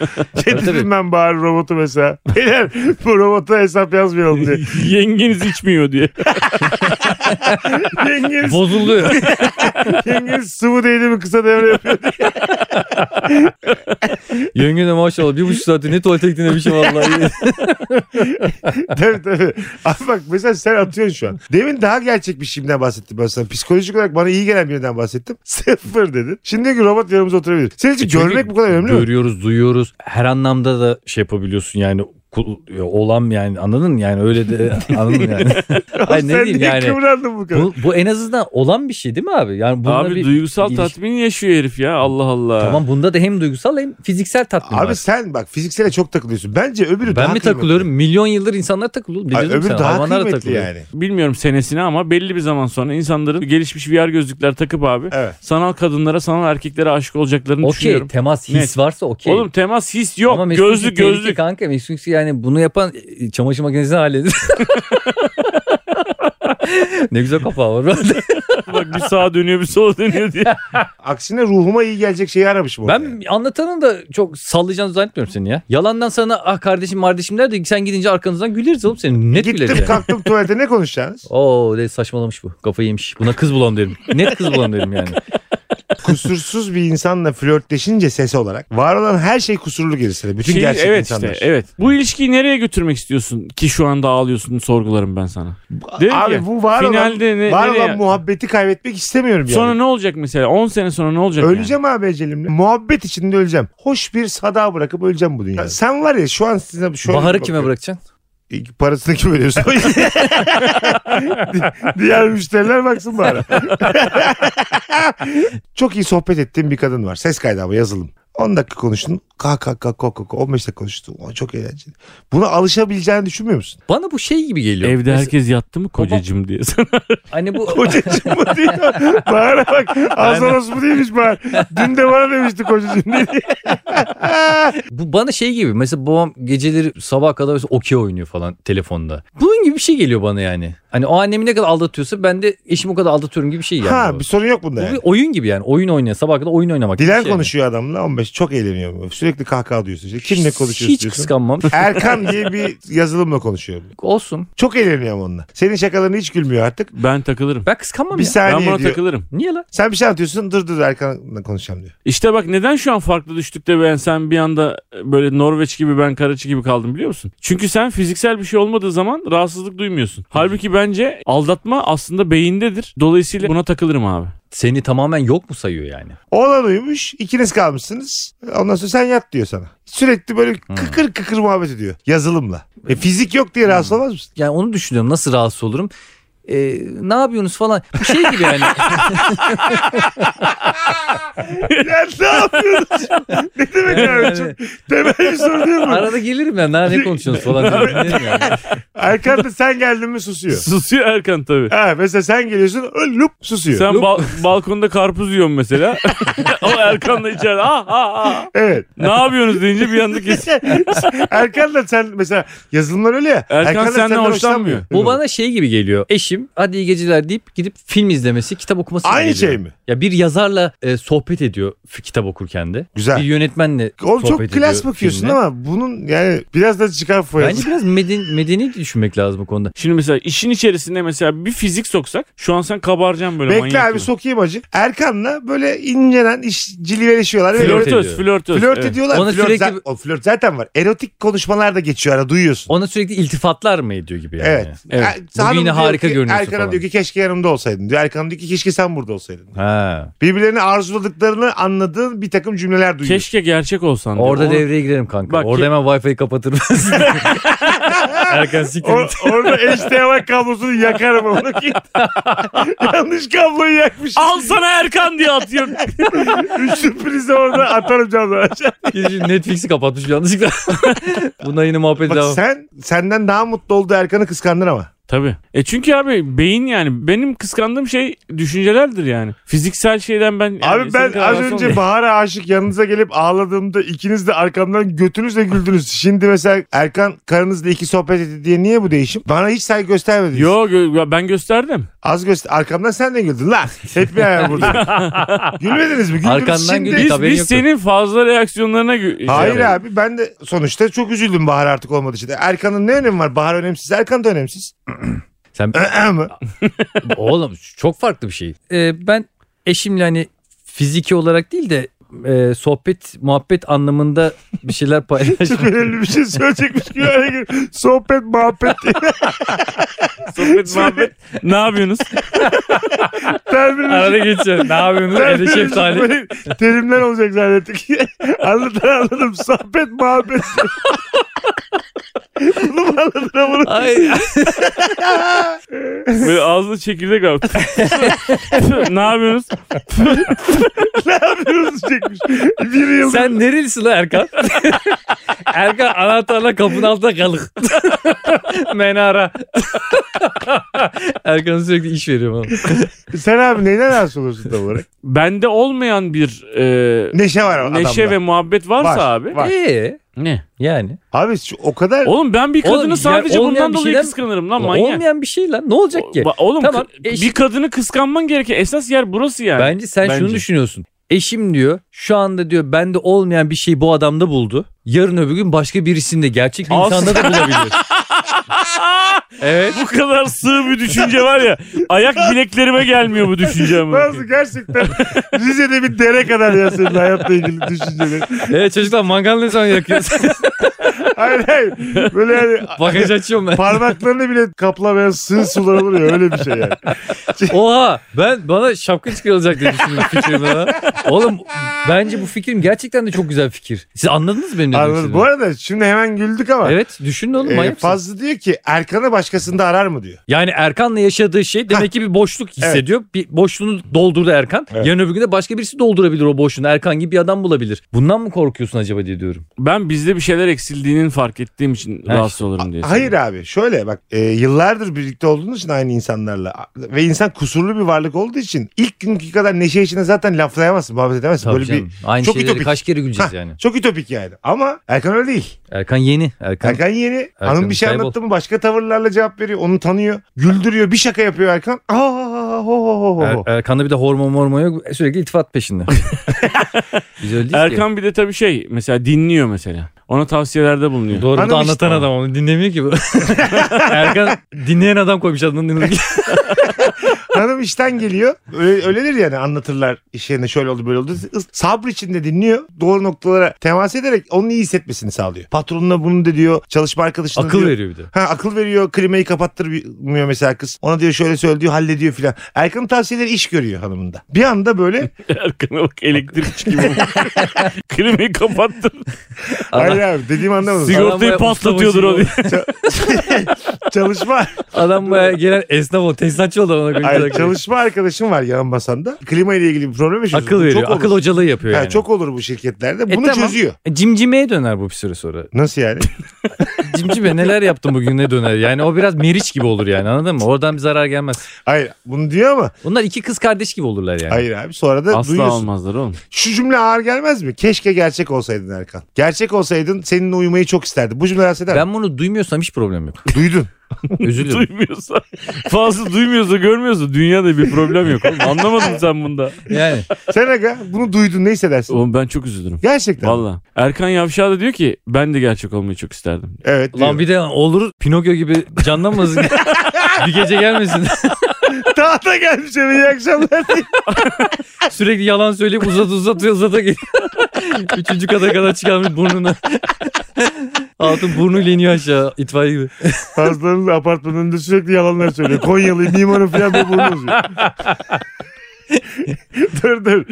[SPEAKER 3] şey
[SPEAKER 5] Tabii,
[SPEAKER 3] dedim
[SPEAKER 5] tabii.
[SPEAKER 3] ben Bahar robotu mesela. Beyler bu robota hesap yazmayalım diye.
[SPEAKER 4] yengeniz içmiyor diye.
[SPEAKER 3] Yengeniz,
[SPEAKER 5] Bozuldu.
[SPEAKER 3] yengeniz sıvı değdi mi kısa devre yapıyor.
[SPEAKER 5] Yenge de maşallah bir buçuk saatte ne tuvalete gittiğine bir şey vallahi.
[SPEAKER 3] tabii tabii. Abi bak mesela sen atıyorsun şu an. Demin daha gerçek bir şeyimden bahsettim ben sana. Psikolojik olarak bana iyi gelen birinden bahsettim. Sıfır dedin. Şimdi diyor ki robot yanımıza oturabilir. Senin
[SPEAKER 5] E,
[SPEAKER 3] için görmek bu kadar önemli mi?
[SPEAKER 5] Görüyoruz, duyuyoruz. Her anlamda da şey yapabiliyorsun yani kul- olan yani anladın mı? yani öyle de anladın yani. Ay ne
[SPEAKER 3] sen
[SPEAKER 5] diyeyim
[SPEAKER 3] niye
[SPEAKER 5] yani.
[SPEAKER 3] kıvrandın bu kadar?
[SPEAKER 5] Bu, bu en azından olan bir şey değil mi abi? Yani bunda
[SPEAKER 4] abi
[SPEAKER 5] bir
[SPEAKER 4] duygusal
[SPEAKER 5] ilişki-
[SPEAKER 4] tatmin yaşıyor herif ya Allah Allah.
[SPEAKER 5] Tamam bunda da hem duygusal hem fiziksel tatmin
[SPEAKER 3] Abi
[SPEAKER 5] var.
[SPEAKER 3] sen bak fiziksele çok takılıyorsun. Bence öbürü daha
[SPEAKER 5] ben mi
[SPEAKER 3] kıymetli.
[SPEAKER 5] takılıyorum? Milyon yıldır insanlar takılıyor.
[SPEAKER 3] Ay,
[SPEAKER 5] Dedim
[SPEAKER 3] öbürü
[SPEAKER 5] sana
[SPEAKER 3] daha
[SPEAKER 5] hayvanlar da
[SPEAKER 3] kıymetli
[SPEAKER 5] takılıyor.
[SPEAKER 3] yani.
[SPEAKER 4] Bilmiyorum senesini ama belli bir zaman sonra insanların gelişmiş VR gözlükler takıp abi
[SPEAKER 3] Evet.
[SPEAKER 4] sanal kadınlara sanal erkeklere aşık olacaklarını
[SPEAKER 5] Okey
[SPEAKER 4] düşünüyorum.
[SPEAKER 5] temas his
[SPEAKER 4] Net.
[SPEAKER 5] varsa okey.
[SPEAKER 4] Oğlum temas his yok.
[SPEAKER 5] Ama Mesut
[SPEAKER 4] gözlük
[SPEAKER 5] Yüksek tehlike
[SPEAKER 4] gözlük.
[SPEAKER 5] Kanka Mesut Yüksek yani bunu yapan e, çamaşır makinesini halledir. ne güzel kafa var.
[SPEAKER 4] Bak bir sağa dönüyor bir sola dönüyor diye.
[SPEAKER 3] Aksine ruhuma iyi gelecek şeyi aramışım. orada yani.
[SPEAKER 5] ben anlatanın da çok sallayacağını zannetmiyorum seni ya. Yalandan sana ah kardeşim kardeşim der de sen gidince arkanızdan güleriz oğlum seni. Net
[SPEAKER 3] Gittim
[SPEAKER 5] güleriz yani.
[SPEAKER 3] kalktım tuvalete ne konuşacaksınız?
[SPEAKER 5] Oo de saçmalamış bu. Kafayı yemiş. Buna kız bulalım derim. Net kız bulalım derim yani.
[SPEAKER 3] Kusursuz bir insanla flörtleşince sesi olarak var olan her şey kusurlu gelir sana. Bütün
[SPEAKER 4] Şey,
[SPEAKER 3] gerçek
[SPEAKER 4] evet
[SPEAKER 3] insanlar.
[SPEAKER 4] işte evet. Bu ilişkiyi nereye götürmek istiyorsun ki şu anda ağlıyorsun sorgularım ben sana. Değil mi
[SPEAKER 3] Abi
[SPEAKER 4] ya?
[SPEAKER 3] bu var
[SPEAKER 4] finalde
[SPEAKER 3] olan,
[SPEAKER 4] ne-
[SPEAKER 3] var
[SPEAKER 4] nereye-
[SPEAKER 3] olan muhabbeti kaybetmek istemiyorum yani.
[SPEAKER 4] Sonra ne olacak mesela 10 sene sonra ne olacak yani?
[SPEAKER 3] Öleceğim abi ecelimle. Muhabbet içinde öleceğim. Hoş bir sada bırakıp öleceğim bu dünyada. Ya sen var ya şu an size şu
[SPEAKER 5] Baharı kime bırakacaksın?
[SPEAKER 3] bırak? Parasını kime veriyorsun? Di- Diğer müşteriler baksın bari. Çok iyi sohbet ettiğim bir kadın var. Ses kaydı ama yazılım. 10 dakika konuştun. Kalk kalk kalk kalk kalk. 15 dakika konuştun. O çok eğlenceli. Buna alışabileceğini düşünmüyor musun?
[SPEAKER 5] Bana bu şey gibi geliyor.
[SPEAKER 4] Evde
[SPEAKER 5] Mesela-
[SPEAKER 4] herkes yattı mı kocacım diye.
[SPEAKER 5] Hani bu
[SPEAKER 3] Kocacığım mı diyor. Bahar'a bak. Azaros bu değilmiş Bahar. Dün de bana demişti kocacığım diye.
[SPEAKER 5] Bu bana şey gibi mesela babam geceleri sabah kadar mesela okey oynuyor falan telefonda. Bunun gibi bir şey geliyor bana yani. Hani o annemi ne kadar aldatıyorsa ben de eşimi o kadar aldatıyorum gibi bir şey yani.
[SPEAKER 3] Ha
[SPEAKER 5] bu.
[SPEAKER 3] bir sorun yok bunda
[SPEAKER 5] Bu
[SPEAKER 3] yani.
[SPEAKER 5] bir oyun gibi yani. Oyun oynayan sabah kadar oyun oynamak. gibi bir
[SPEAKER 3] Dilan
[SPEAKER 5] şey yani.
[SPEAKER 3] konuşuyor adamla 15 çok eğleniyorum. Sürekli kahkaha duyuyorsun. İşte kimle konuşuyorsun
[SPEAKER 5] Hiç
[SPEAKER 3] diyorsun.
[SPEAKER 5] kıskanmam.
[SPEAKER 3] Erkan diye bir yazılımla konuşuyorum.
[SPEAKER 5] Olsun.
[SPEAKER 3] Çok eğleniyorum onunla. Senin şakalarına hiç gülmüyor artık.
[SPEAKER 4] ben takılırım.
[SPEAKER 5] Ben kıskanmam
[SPEAKER 3] Bir
[SPEAKER 5] ya.
[SPEAKER 4] Ben
[SPEAKER 3] saniye
[SPEAKER 4] buna
[SPEAKER 3] diyor.
[SPEAKER 4] takılırım.
[SPEAKER 5] Niye lan?
[SPEAKER 3] Sen bir şey anlatıyorsun dur dur Erkan'la konuşacağım diyor.
[SPEAKER 4] İşte bak neden şu an farklı düştük de ben sen bir anda böyle Norveç gibi ben Karaçi gibi kaldım biliyor musun? Çünkü sen fiziksel bir şey olmadığı zaman rahatsızlık duymuyorsun. Halbuki bence aldatma aslında beyindedir. Dolayısıyla buna takılırım abi.
[SPEAKER 5] Seni tamamen yok mu sayıyor yani?
[SPEAKER 3] Oğlan uyumuş ikiniz kalmışsınız. Ondan sonra sen yat diyor sana. Sürekli böyle kıkır kıkır muhabbet ediyor yazılımla. E, fizik yok diye rahatsız olmaz mısın?
[SPEAKER 5] Yani onu düşünüyorum nasıl rahatsız olurum. Ee, ne yapıyorsunuz falan. Bu şey gibi yani.
[SPEAKER 3] ya ne yapıyorsun? ne demek yani? Çok temel bir soru değil mi?
[SPEAKER 5] Arada gelirim ben. "Daha Ne konuşuyorsunuz falan. Dinlerim yani.
[SPEAKER 3] Erkan da sen geldin mi susuyor.
[SPEAKER 4] Susuyor Erkan tabii.
[SPEAKER 3] Ha, mesela sen geliyorsun ölüp susuyor.
[SPEAKER 4] Sen bal- balkonda karpuz yiyorsun mesela. o Erkan da içeride ah ah ah.
[SPEAKER 3] Evet.
[SPEAKER 4] Ne yapıyorsunuz deyince bir anda kesin.
[SPEAKER 3] Erkan da sen mesela yazılımlar öyle ya.
[SPEAKER 4] Erkan
[SPEAKER 3] da
[SPEAKER 4] senden hoşlanmıyor.
[SPEAKER 5] Bu bana şey gibi geliyor. Eşim hadi iyi geceler deyip gidip film izlemesi, kitap okuması gibi
[SPEAKER 3] Aynı
[SPEAKER 5] geliyor.
[SPEAKER 3] şey mi?
[SPEAKER 5] Ya bir yazarla e, sohbet ediyor f- kitap okurken de.
[SPEAKER 3] Güzel.
[SPEAKER 5] Bir yönetmenle
[SPEAKER 3] Oğlum
[SPEAKER 5] sohbet
[SPEAKER 3] çok
[SPEAKER 5] ediyor.
[SPEAKER 3] klas bakıyorsun
[SPEAKER 5] filmle.
[SPEAKER 3] ama bunun yani biraz da çıkar foyası.
[SPEAKER 5] Bence biraz meden, medeni düşünmek lazım bu konuda.
[SPEAKER 4] Şimdi mesela işin içerisinde mesela bir fizik soksak şu an sen kabaracaksın böyle
[SPEAKER 3] Bekle
[SPEAKER 4] manyak
[SPEAKER 3] abi
[SPEAKER 4] gibi.
[SPEAKER 3] sokayım acı. Erkan'la böyle incelen iş ciliverişiyorlar. Ve
[SPEAKER 5] Flört
[SPEAKER 3] flört,
[SPEAKER 4] Flörtöz,
[SPEAKER 5] ediyor.
[SPEAKER 4] flörtöz.
[SPEAKER 3] flört
[SPEAKER 4] evet.
[SPEAKER 3] ediyorlar.
[SPEAKER 5] Ona
[SPEAKER 3] flört,
[SPEAKER 5] sürekli-
[SPEAKER 3] za- o flört zaten var. Erotik konuşmalar da geçiyor ara duyuyorsun.
[SPEAKER 5] Ona sürekli iltifatlar mı ediyor gibi yani.
[SPEAKER 3] Evet.
[SPEAKER 4] Evet.
[SPEAKER 3] Er-
[SPEAKER 5] Bugün
[SPEAKER 3] hanım
[SPEAKER 5] yine
[SPEAKER 3] diyor
[SPEAKER 5] harika
[SPEAKER 3] ki,
[SPEAKER 5] görünüyorsun
[SPEAKER 3] Erkan'a
[SPEAKER 5] falan.
[SPEAKER 3] diyor ki keşke yanımda olsaydın diyor. Erkan diyor ki keşke sen burada olsaydın.
[SPEAKER 5] Ha.
[SPEAKER 3] Birbirlerini arzuladıklarını anladığın bir takım cümleler duyuyorsun.
[SPEAKER 4] Keşke gerçek olsan. diyor.
[SPEAKER 5] Orada
[SPEAKER 4] Onu-
[SPEAKER 5] devreye girelim kanka.
[SPEAKER 4] Bak
[SPEAKER 5] Orada
[SPEAKER 4] ki-
[SPEAKER 5] hemen Wi-Fi'yi kapatırım. Erkan siktir.
[SPEAKER 3] O, orada HDMI kablosunu yakarım onu ki. Yanlış kabloyu yakmış.
[SPEAKER 4] Al sana Erkan diye atıyor.
[SPEAKER 3] Üç sürprizi orada atarım camdan aşağı.
[SPEAKER 5] Gidişim Netflix'i kapatmış yanlışlıkla. Bundan yine muhabbet
[SPEAKER 3] Bak
[SPEAKER 5] devam.
[SPEAKER 3] sen senden daha mutlu oldu Erkan'ı kıskandın ama.
[SPEAKER 4] Tabii. E çünkü abi beyin yani benim kıskandığım şey düşüncelerdir yani. Fiziksel şeyden ben... yani
[SPEAKER 3] Abi
[SPEAKER 4] senin
[SPEAKER 3] ben
[SPEAKER 4] kadar
[SPEAKER 3] az
[SPEAKER 4] rahatsız
[SPEAKER 3] önce
[SPEAKER 4] olmadım.
[SPEAKER 3] Bahar'a aşık yanınıza gelip ağladığımda ikiniz de arkamdan götünüzle güldünüz. Şimdi mesela Erkan karınızla iki sohbet etti diye niye bu değişim? Bana hiç saygı göstermediniz.
[SPEAKER 4] Yo gö- ben gösterdim.
[SPEAKER 3] Az göster. Arkamdan sen de güldün lan. Hep bir ayağım burada. Gülmediniz mi? Güldünüz.
[SPEAKER 5] Arkandan
[SPEAKER 3] Şimdi...
[SPEAKER 5] güldük.
[SPEAKER 4] Biz,
[SPEAKER 5] haberin
[SPEAKER 4] biz
[SPEAKER 5] yoktu.
[SPEAKER 4] senin fazla reaksiyonlarına... gö- şey
[SPEAKER 3] Hayır
[SPEAKER 4] yapıyoruz.
[SPEAKER 3] abi ben de sonuçta çok üzüldüm Bahar artık olmadığı için. Erkan'ın ne önemi var? Bahar önemsiz. Erkan da önemsiz.
[SPEAKER 5] Sen
[SPEAKER 3] Ama
[SPEAKER 5] oğlum çok farklı bir şey. Ee, ben eşimle hani fiziki olarak değil de e, sohbet muhabbet anlamında bir şeyler
[SPEAKER 3] hiç
[SPEAKER 5] paylaşmak.
[SPEAKER 3] belirli bir şey söyleyecekmiş gibi. öyle gibi. Sohbet muhabbet diye
[SPEAKER 4] Sohbet muhabbet. ne yapıyorsunuz?
[SPEAKER 3] terminler.
[SPEAKER 5] Arada geçiyor. Ne yapıyorsunuz? Ede şeftali.
[SPEAKER 3] Böyle Terimler olacak zannettik. anladın anladım. Sohbet muhabbet. bunu mu anladın ha bunu?
[SPEAKER 5] Ay,
[SPEAKER 4] Böyle ağzına çekirdek var. ne yapıyorsunuz?
[SPEAKER 3] Ne yapıyoruz diyecekmiş. Bir yıl.
[SPEAKER 5] sen nerelisin lan Erkan? Erkan anahtarla kapının altında kalık. Menara. Erkan sürekli iş veriyor bana.
[SPEAKER 3] Sen abi neyden rahatsız oluyorsun tam olarak?
[SPEAKER 4] Bende olmayan bir e,
[SPEAKER 3] Neşe var ama
[SPEAKER 4] neşe
[SPEAKER 3] adamda.
[SPEAKER 4] ve muhabbet varsa
[SPEAKER 3] Var,
[SPEAKER 4] abi.
[SPEAKER 3] var.
[SPEAKER 5] Ee,
[SPEAKER 4] Ne?
[SPEAKER 5] yani.
[SPEAKER 3] Abi şu- o kadar
[SPEAKER 4] Oğlum ben bir
[SPEAKER 5] Oğlum,
[SPEAKER 4] kadını
[SPEAKER 5] ya
[SPEAKER 4] sadece
[SPEAKER 5] olmayan
[SPEAKER 4] bundan
[SPEAKER 5] bir
[SPEAKER 4] dolayı
[SPEAKER 5] şeyden-
[SPEAKER 4] kıskanırım lan
[SPEAKER 5] Ulan
[SPEAKER 4] manyak.
[SPEAKER 5] Olmayan bir şey lan. Ne olacak ki?
[SPEAKER 4] Ba- Oğlum
[SPEAKER 5] Tamam,
[SPEAKER 4] kı-
[SPEAKER 5] eş-
[SPEAKER 4] bir kadını kıskanman gereken esas yer burası yani.
[SPEAKER 5] Bence sen şunu
[SPEAKER 4] Bence.
[SPEAKER 5] düşünüyorsun. Eşim diyor şu anda diyor bende olmayan bir şeyi bu adamda buldu. Yarın öbür gün başka birisinde gerçek bir
[SPEAKER 4] As-
[SPEAKER 5] insanda da bulabilir. evet.
[SPEAKER 4] Ah! Bu kadar sığ bir düşünce var ya. Ayak bileklerime gelmiyor bu düşünce ama.
[SPEAKER 3] bazı gerçekten Rize'de bir dere kadar ya senin hayatla ilgili düşünceler.
[SPEAKER 5] Evet çocuklar mangal ne zaman yakıyorsun?
[SPEAKER 3] Hayır hayır. Böyle yani
[SPEAKER 5] Bagaj açıyorum ben.
[SPEAKER 3] parmaklarını bile kaplamayan sığ sular olur ya öyle bir şey yani.
[SPEAKER 5] Oha ben bana şapka çıkarılacak diye düşündüm fikrimle. lan. Oğlum bence bu fikrim gerçekten de çok güzel fikir. Siz anladınız mı benim ne demek
[SPEAKER 3] Anladın?
[SPEAKER 5] istediğimi?
[SPEAKER 3] Bu arada şimdi hemen güldük ama.
[SPEAKER 5] Evet düşünün oğlum
[SPEAKER 3] Ee,
[SPEAKER 5] manyak mısın?
[SPEAKER 3] Fazlı diyor ki Erkan'ı başkasında arar mı diyor.
[SPEAKER 5] Yani Erkan'la yaşadığı şey demek ki bir boşluk hissediyor. Bir boşluğunu doldurdu Erkan.
[SPEAKER 3] Evet.
[SPEAKER 5] Yarın öbür gün de başka birisi doldurabilir o boşluğunu. Erkan gibi bir adam bulabilir. Bundan mı korkuyorsun acaba diye diyorum.
[SPEAKER 4] Ben bizde bir şeyler eksildiğinin fark ettiğim için
[SPEAKER 5] Ha,
[SPEAKER 4] rahatsız olurum diye.
[SPEAKER 3] Hayır abi şöyle bak e, yıllardır birlikte olduğunuz için aynı insanlarla ve insan kusurlu bir varlık olduğu için ilk günkü kadar neşe içinde zaten laflayamazsın muhabbet edemezsin.
[SPEAKER 5] Tabii
[SPEAKER 3] Böyle
[SPEAKER 5] canım.
[SPEAKER 3] bir
[SPEAKER 5] Aynı
[SPEAKER 3] çok
[SPEAKER 5] şeyleri
[SPEAKER 3] ütopik.
[SPEAKER 5] kaç kere güleceğiz
[SPEAKER 3] Hah,
[SPEAKER 5] yani.
[SPEAKER 3] çok ütopik yani ama Erkan öyle değil.
[SPEAKER 5] Erkan yeni. Erkan,
[SPEAKER 3] Erkan yeni hanım bir şey
[SPEAKER 5] kaybol.
[SPEAKER 3] anlattı mı başka tavırlarla cevap veriyor onu tanıyor güldürüyor bir şaka yapıyor Erkan. Aa, ho, ho, ho, ho.
[SPEAKER 5] Er- Erkan'da bir de hormon hormon yok. E, Sürekli iltifat peşinde. Biz öyle değiliz ki.
[SPEAKER 4] Erkan bir de tabii şey mesela dinliyor mesela. Ona tavsiyelerde bulunuyor.
[SPEAKER 5] Doğru bu
[SPEAKER 3] Hanım
[SPEAKER 5] da
[SPEAKER 3] işte
[SPEAKER 5] anlatan
[SPEAKER 3] ama.
[SPEAKER 5] adam onu dinlemiyor ki bu. Erkan dinleyen adam koymuş adını dinlemiyor.
[SPEAKER 3] Hanım işten geliyor. Öyle, öyledir yani anlatırlar iş yerinde şöyle oldu böyle oldu. Sabır içinde dinliyor. Doğru noktalara temas ederek onun iyi hissetmesini sağlıyor. Patronuna bunu da diyor. Çalışma arkadaşına
[SPEAKER 5] Akıl
[SPEAKER 3] diyor.
[SPEAKER 5] veriyor bir de.
[SPEAKER 3] Ha, akıl veriyor. Klimayı kapattırmıyor mesela kız. Ona diyor şöyle söyle diyor hallediyor filan. Erkan'ın tavsiyeleri iş görüyor hanımında. Bir anda böyle
[SPEAKER 4] Erkan'a bak elektrikçi gibi. Klimayı kapattı.
[SPEAKER 3] hayır abi dediğim anlamadın.
[SPEAKER 5] Sigor-
[SPEAKER 4] Sigortayı
[SPEAKER 5] bayağı
[SPEAKER 4] patlatıyordur
[SPEAKER 5] ustabaşı
[SPEAKER 4] o diye.
[SPEAKER 3] Ça- çalışma
[SPEAKER 5] Adam baya gelen esnaf o. Tesisatçı oldu ona koymuş.
[SPEAKER 3] hayır,
[SPEAKER 5] Erkan.
[SPEAKER 3] çalışma arkadaşım var yan masanda. Klima ile ilgili bir problem yaşıyorsun.
[SPEAKER 5] Akıl
[SPEAKER 3] Bu
[SPEAKER 5] veriyor.
[SPEAKER 3] Çok olur.
[SPEAKER 5] Akıl hocalığı yapıyor
[SPEAKER 3] Ha,
[SPEAKER 5] yani.
[SPEAKER 3] çok olur bu şirketlerde.
[SPEAKER 5] E,
[SPEAKER 3] Bunu
[SPEAKER 5] tamam.
[SPEAKER 3] çözüyor.
[SPEAKER 5] Cimcimeye döner bu bir süre sonra.
[SPEAKER 3] Nasıl yani?
[SPEAKER 5] Cimcime neler yaptın bugün ne döner? Yani o biraz meriç gibi olur yani anladın mı? Oradan bir zarar gelmez.
[SPEAKER 3] Hayır bunu diyor ama
[SPEAKER 5] Bunlar iki kız kardeş gibi olurlar yani.
[SPEAKER 3] Hayır abi sonra da
[SPEAKER 4] Asla
[SPEAKER 3] duyuyorsun.
[SPEAKER 4] olmazlar oğlum.
[SPEAKER 3] Şu cümle ağır gelmez mi? Keşke gerçek olsaydın Erkan. Gerçek olsaydın seninle uyumayı çok isterdim. Bu cümle rahatsız eder mi?
[SPEAKER 5] Ben bunu duymuyorsam hiç problem yok.
[SPEAKER 3] Duydun.
[SPEAKER 5] Üzülürüm.
[SPEAKER 4] Duymuyorsa fazla duymuyorsa görmüyorsa dünyada bir problem yok oğlum. Anlamadım sen bunda.
[SPEAKER 5] yani
[SPEAKER 3] Sen aga bunu duydun ne hissedersin?
[SPEAKER 4] Oğlum ben çok üzülürüm.
[SPEAKER 3] Gerçekten.
[SPEAKER 4] Valla. Erkan Yavşa da diyor ki ben de gerçek olmayı çok isterdim.
[SPEAKER 3] Evet.
[SPEAKER 5] lan bir de olur Pinokyo gibi canlanmasın. bir gece gelmesin.
[SPEAKER 3] tahta gelmiş eve iyi akşamlar. diye.
[SPEAKER 5] Sürekli yalan söyleyip uzat uzatıyor uzata geliyor. Üçüncü kata kadar çıkarmış burnunu. Hatun burnuyla iniyor aşağı itfaiye gibi.
[SPEAKER 3] Hastanın apartmanın önünde sürekli yalanlar söylüyor. Konyalı mimarım falan bu burnu uzuyor. dur dur.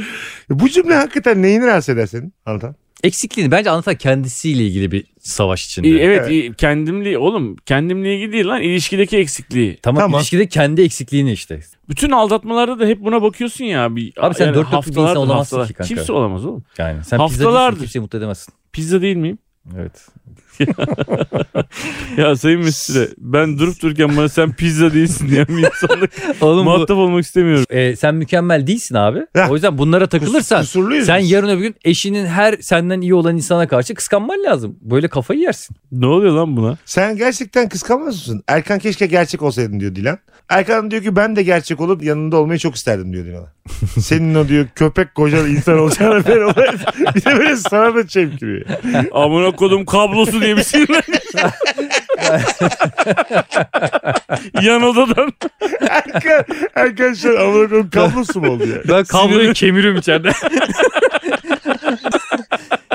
[SPEAKER 3] Bu cümle hakikaten neyini rahatsız eder senin Anlatan?
[SPEAKER 5] Eksikliğini bence anlatan kendisiyle ilgili bir savaş içinde.
[SPEAKER 4] İyi, evet, iyi. kendimle oğlum kendimle ilgili değil lan ilişkideki eksikliği.
[SPEAKER 5] Tamam,
[SPEAKER 3] Tamam.
[SPEAKER 5] ilişkide kendi eksikliğini işte.
[SPEAKER 4] Bütün aldatmalarda da hep buna bakıyorsun ya. Abi,
[SPEAKER 5] Abi sen dört dörtlük bir insan olamazsın
[SPEAKER 4] haftalar-
[SPEAKER 5] ki kanka.
[SPEAKER 4] Kimse olamaz oğlum.
[SPEAKER 5] Yani sen pizza
[SPEAKER 4] Haftalardır.
[SPEAKER 5] değilsin kimseyi mutlu edemezsin.
[SPEAKER 4] Pizza değil miyim?
[SPEAKER 5] Evet.
[SPEAKER 4] Ya Sayın Mesut'e ben durup dururken bana sen pizza değilsin diyen bir insanla
[SPEAKER 5] Oğlum bu-
[SPEAKER 4] muhatap olmak istemiyorum.
[SPEAKER 5] e, sen mükemmel değilsin abi.
[SPEAKER 3] Heh.
[SPEAKER 5] O yüzden bunlara takılırsan
[SPEAKER 3] Kusurluyuz
[SPEAKER 5] sen
[SPEAKER 3] biz.
[SPEAKER 5] yarın öbür gün eşinin her senden iyi olan insana karşı kıskanman lazım. Böyle kafayı yersin.
[SPEAKER 4] Ne oluyor lan buna?
[SPEAKER 3] Sen gerçekten kıskanmaz mısın? Erkan keşke gerçek olsaydın diyor Dilan. Erkan diyor ki ben de gerçek olup yanında olmayı çok isterdim diyor Dilan'a. Senin o diyor köpek koca insan olacağına ben olayım. Bir de böyle sana da çemkiriyor.
[SPEAKER 4] Amına kodum kablosu diye bir şey. Yan odadan.
[SPEAKER 3] Erkan, Erkan şu an amına koyayım kablosu mu oldu ya?
[SPEAKER 5] Ben kabloyu kemiriyorum içeride.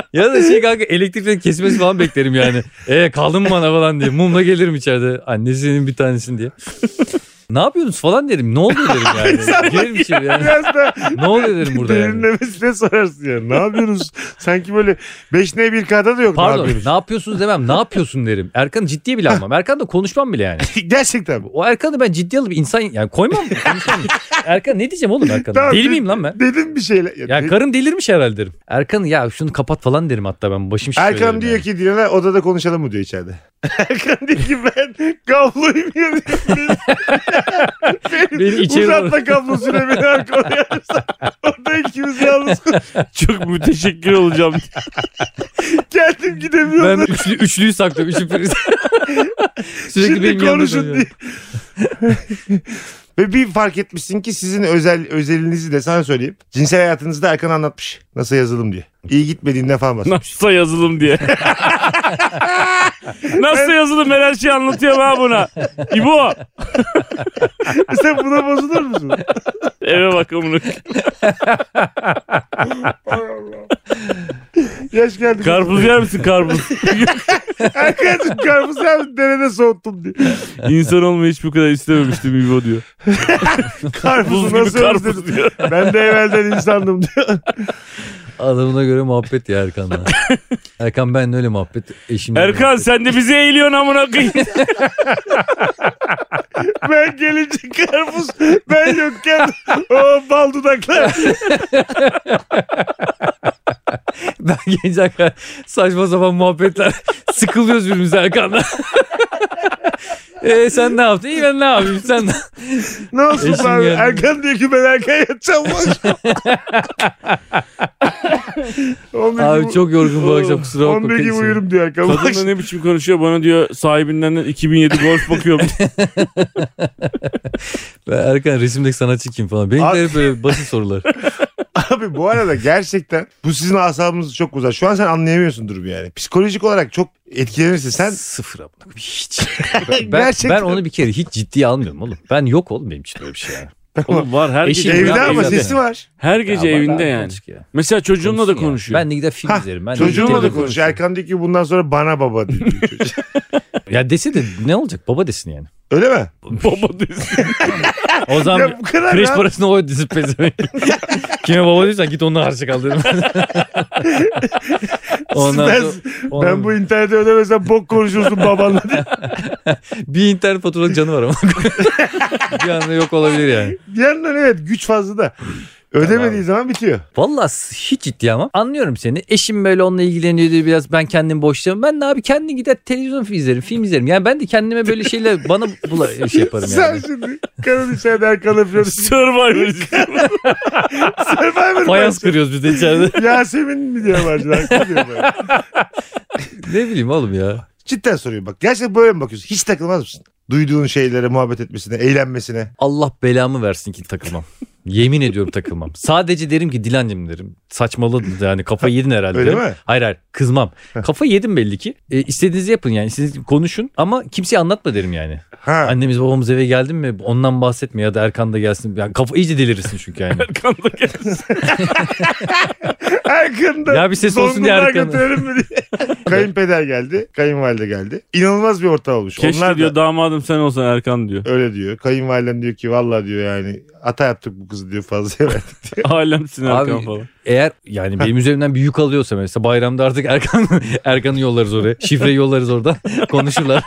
[SPEAKER 5] ya da şey kanka elektrikleri kesmesi falan beklerim yani. E kaldın mı bana falan diye. Mumla gelirim içeride. Annesinin bir tanesini diye. ne yapıyorsunuz falan derim. Ne oluyor derim yani. Gelirim içeri yani.
[SPEAKER 3] Biraz da
[SPEAKER 5] Ne oluyor derim burada yani.
[SPEAKER 3] derinlemesine sorarsın ya. Ne yapıyorsunuz? Sanki böyle 5N 1K'da da yok ne
[SPEAKER 5] Pardon
[SPEAKER 3] yapıyorsunuz?
[SPEAKER 5] ne yapıyorsunuz demem. Ne yapıyorsun derim. Erkan ciddiye bile almam. Erkan da konuşmam bile yani.
[SPEAKER 3] Gerçekten mi?
[SPEAKER 5] O Erkan'ı ben ciddiye alıp insan yani koymam. konuşmam. Erkan ne diyeceğim oğlum Erkan'a?
[SPEAKER 3] Tamam,
[SPEAKER 5] Deli
[SPEAKER 3] de-
[SPEAKER 5] miyim lan ben?
[SPEAKER 3] Dedim bir şeyler. Ya,
[SPEAKER 5] Ya
[SPEAKER 3] de-
[SPEAKER 5] karım delirmiş herhalde derim. Erkan ya şunu kapat falan derim hatta ben başım şişiyor.
[SPEAKER 3] Erkan
[SPEAKER 5] derim
[SPEAKER 3] diyor
[SPEAKER 5] yani.
[SPEAKER 3] ki Dilan'a odada konuşalım mı diyor içeride. Erkan diyor ki ben kabloyum ya. Benim,
[SPEAKER 5] Beni içeri-
[SPEAKER 3] uzatma kablosuna beni arkada yarırsa. Orada ikimiz yalnız
[SPEAKER 4] Çok müteşekkir olacağım.
[SPEAKER 3] kendim
[SPEAKER 5] ben
[SPEAKER 3] gidemiyorum.
[SPEAKER 5] üçlü, üçlüyü saklıyorum. Üçlü priz. Sürekli
[SPEAKER 3] Şimdi
[SPEAKER 5] benim yanımda
[SPEAKER 3] konuşun
[SPEAKER 5] dönüyor.
[SPEAKER 3] diye. Ve bir fark etmişsin ki sizin özel özelinizi de sana söyleyeyim. Cinsel hayatınızda Erkan anlatmış. Nasıl yazılım diye. İyi gitmediğinden falan bahsediyor.
[SPEAKER 4] Nasıl yazılım diye. Nasıl yazılım ben her şeyi anlatıyorum ha buna. İbo
[SPEAKER 3] Sen buna bozulur musun?
[SPEAKER 4] eve bak amına.
[SPEAKER 3] Yaş geldi.
[SPEAKER 4] Karpuz yer misin karpuz?
[SPEAKER 3] Arkadaşım karpuzu abi derede soğuttum diye.
[SPEAKER 4] İnsan olmayı hiç bu kadar istememiştim İbo diyor. Buz
[SPEAKER 3] Karpuzu
[SPEAKER 4] gibi
[SPEAKER 3] nasıl
[SPEAKER 4] karpuz
[SPEAKER 3] özledim.
[SPEAKER 4] diyor.
[SPEAKER 3] Ben de evvelden insandım diyor.
[SPEAKER 5] Adamına göre muhabbet ya Erkan'la. Erkan ben öyle muhabbet. Eşimle
[SPEAKER 4] Erkan sen de bizi eğiliyorsun amına koyayım.
[SPEAKER 3] Ben gelince karpuz ben yokken o bal dudaklar.
[SPEAKER 5] Ben genç Erkan saçma sapan muhabbetler sıkılıyoruz birbirimize Erkan'la. Eee Ee, sen ne yaptın? İyi ben ne yapayım? Sen ne-
[SPEAKER 3] Ne olsun
[SPEAKER 5] Eşim
[SPEAKER 3] abi?
[SPEAKER 5] geldi.
[SPEAKER 3] Erkan diyor ki ben Erkan yatacağım bu akşam. On bir
[SPEAKER 5] Abi
[SPEAKER 3] gibi-
[SPEAKER 5] çok yorgun bu akşam kusura bakma.
[SPEAKER 3] 11 gibi
[SPEAKER 5] Kendisi-
[SPEAKER 3] uyurum diyor Erkan. bu
[SPEAKER 4] Kadın da
[SPEAKER 3] akşam.
[SPEAKER 4] ne biçim konuşuyor bana diyor sahibinden 2007 golf bakıyorum.
[SPEAKER 5] Ben Erkan resimdeki sanatçı kim falan. Benim
[SPEAKER 3] Abi-
[SPEAKER 5] de hep böyle basit sorular.
[SPEAKER 3] Abi bu arada gerçekten bu sizin asabınızı çok uzar. Şu an sen anlayamıyorsun durumu yani. Psikolojik olarak çok etkilenirsin. Sen
[SPEAKER 5] sıfır abla. Hiç. Ben, ben,
[SPEAKER 3] Gerçekten.
[SPEAKER 5] ben onu bir kere hiç ciddiye almıyorum oğlum. Ben yok oğlum benim için öyle bir şey yani.
[SPEAKER 4] Oğlum var her
[SPEAKER 5] Eşim
[SPEAKER 4] gece.
[SPEAKER 5] ya,
[SPEAKER 3] evde ama
[SPEAKER 5] evde.
[SPEAKER 3] sesi var.
[SPEAKER 4] Her gece
[SPEAKER 5] Ya bak,
[SPEAKER 4] evinde
[SPEAKER 5] ben
[SPEAKER 4] yani.
[SPEAKER 5] konuştuk ya.
[SPEAKER 4] Mesela çocuğunla da
[SPEAKER 5] Konuşsun ya.
[SPEAKER 4] konuşuyor.
[SPEAKER 5] Ben de gider film
[SPEAKER 3] Hah,
[SPEAKER 5] izlerim. Ben de
[SPEAKER 3] Çocuğunla
[SPEAKER 5] gider
[SPEAKER 3] da
[SPEAKER 5] film
[SPEAKER 3] konuşuyor. Erkan diyor ki bundan sonra bana baba diyor. çocuk.
[SPEAKER 5] izlerim. Ya dese de ne olacak? Baba desin yani.
[SPEAKER 3] Öyle mi?
[SPEAKER 4] Baba diyorsun.
[SPEAKER 5] O zaman
[SPEAKER 3] ya bu kadar
[SPEAKER 5] kreş
[SPEAKER 3] ya.
[SPEAKER 5] parasını o ödesin pezevenk. Kime baba diyorsan git onunla harçlık al dedim. Ondan
[SPEAKER 3] ben,
[SPEAKER 5] sonra-
[SPEAKER 3] ben
[SPEAKER 5] onun-
[SPEAKER 3] bu interneti ödemezsem bok konuşursun babanla diye.
[SPEAKER 5] bir internet faturalık canı var ama. bir anda yok olabilir yani.
[SPEAKER 3] Bir yandan evet güç fazla da. Ödemediği zaman bitiyor.
[SPEAKER 5] Vallahi hiç ciddi ama anlıyorum seni. Eşim böyle onunla ilgileniyor diye biraz ben kendim boşluyorum. Ben de abi kendi gider televizyon film izlerim, film izlerim. Yani ben de kendime böyle şeyler bana bula şey yaparım
[SPEAKER 3] Sen
[SPEAKER 5] yani.
[SPEAKER 3] şimdi karın içeride Erkan'la flört.
[SPEAKER 4] Survivor izliyorum.
[SPEAKER 3] Survivor
[SPEAKER 5] Fayans
[SPEAKER 3] maçı.
[SPEAKER 5] kırıyoruz biz de içeride.
[SPEAKER 3] Yasemin mi diyor bence? Hakkı diyor bana.
[SPEAKER 5] ne bileyim oğlum ya.
[SPEAKER 3] Cidden soruyor bak. Gerçekten böyle mi bakıyorsun? Hiç takılmaz mısın? Duyduğun şeylere, muhabbet etmesine, eğlenmesine.
[SPEAKER 5] Allah belamı versin ki takılmam. Yemin ediyorum takılmam. Sadece derim ki Dilancım derim. Saçmaladın yani kafayı yedin herhalde.
[SPEAKER 3] Öyle
[SPEAKER 5] derim.
[SPEAKER 3] mi?
[SPEAKER 5] Hayır hayır kızmam. Kafayı yedim belli ki. E, istediğinizi yapın yani istediğiniz gibi konuşun ama kimseye anlatma derim yani.
[SPEAKER 3] Ha.
[SPEAKER 5] Annemiz babamız eve geldi mi ondan bahsetme ya da Erkan da gelsin. Yani kafa iyice delirirsin çünkü yani.
[SPEAKER 4] Kanda gelsin.
[SPEAKER 3] Erkan'da
[SPEAKER 5] Ya bir ses olsun diye
[SPEAKER 3] Zonguldak'a
[SPEAKER 5] Erkan'ı.
[SPEAKER 3] götürelim mi diye. Kayınpeder geldi. Kayınvalide geldi. İnanılmaz bir ortam olmuş.
[SPEAKER 4] Keşke
[SPEAKER 3] Onlar da
[SPEAKER 4] diyor damadım sen olsan Erkan diyor.
[SPEAKER 3] öyle diyor. Kayınvalidem diyor ki valla diyor yani hata yaptık bu kızı diyor fazla verdik.
[SPEAKER 4] Alemsin Erkan
[SPEAKER 5] Abi-
[SPEAKER 4] falan.
[SPEAKER 5] Eğer yani benim üzerimden bir yük alıyorsa mesela bayramda artık Erkan Erkan'ı yollarız oraya. Şifreyi yollarız oradan. Konuşurlar.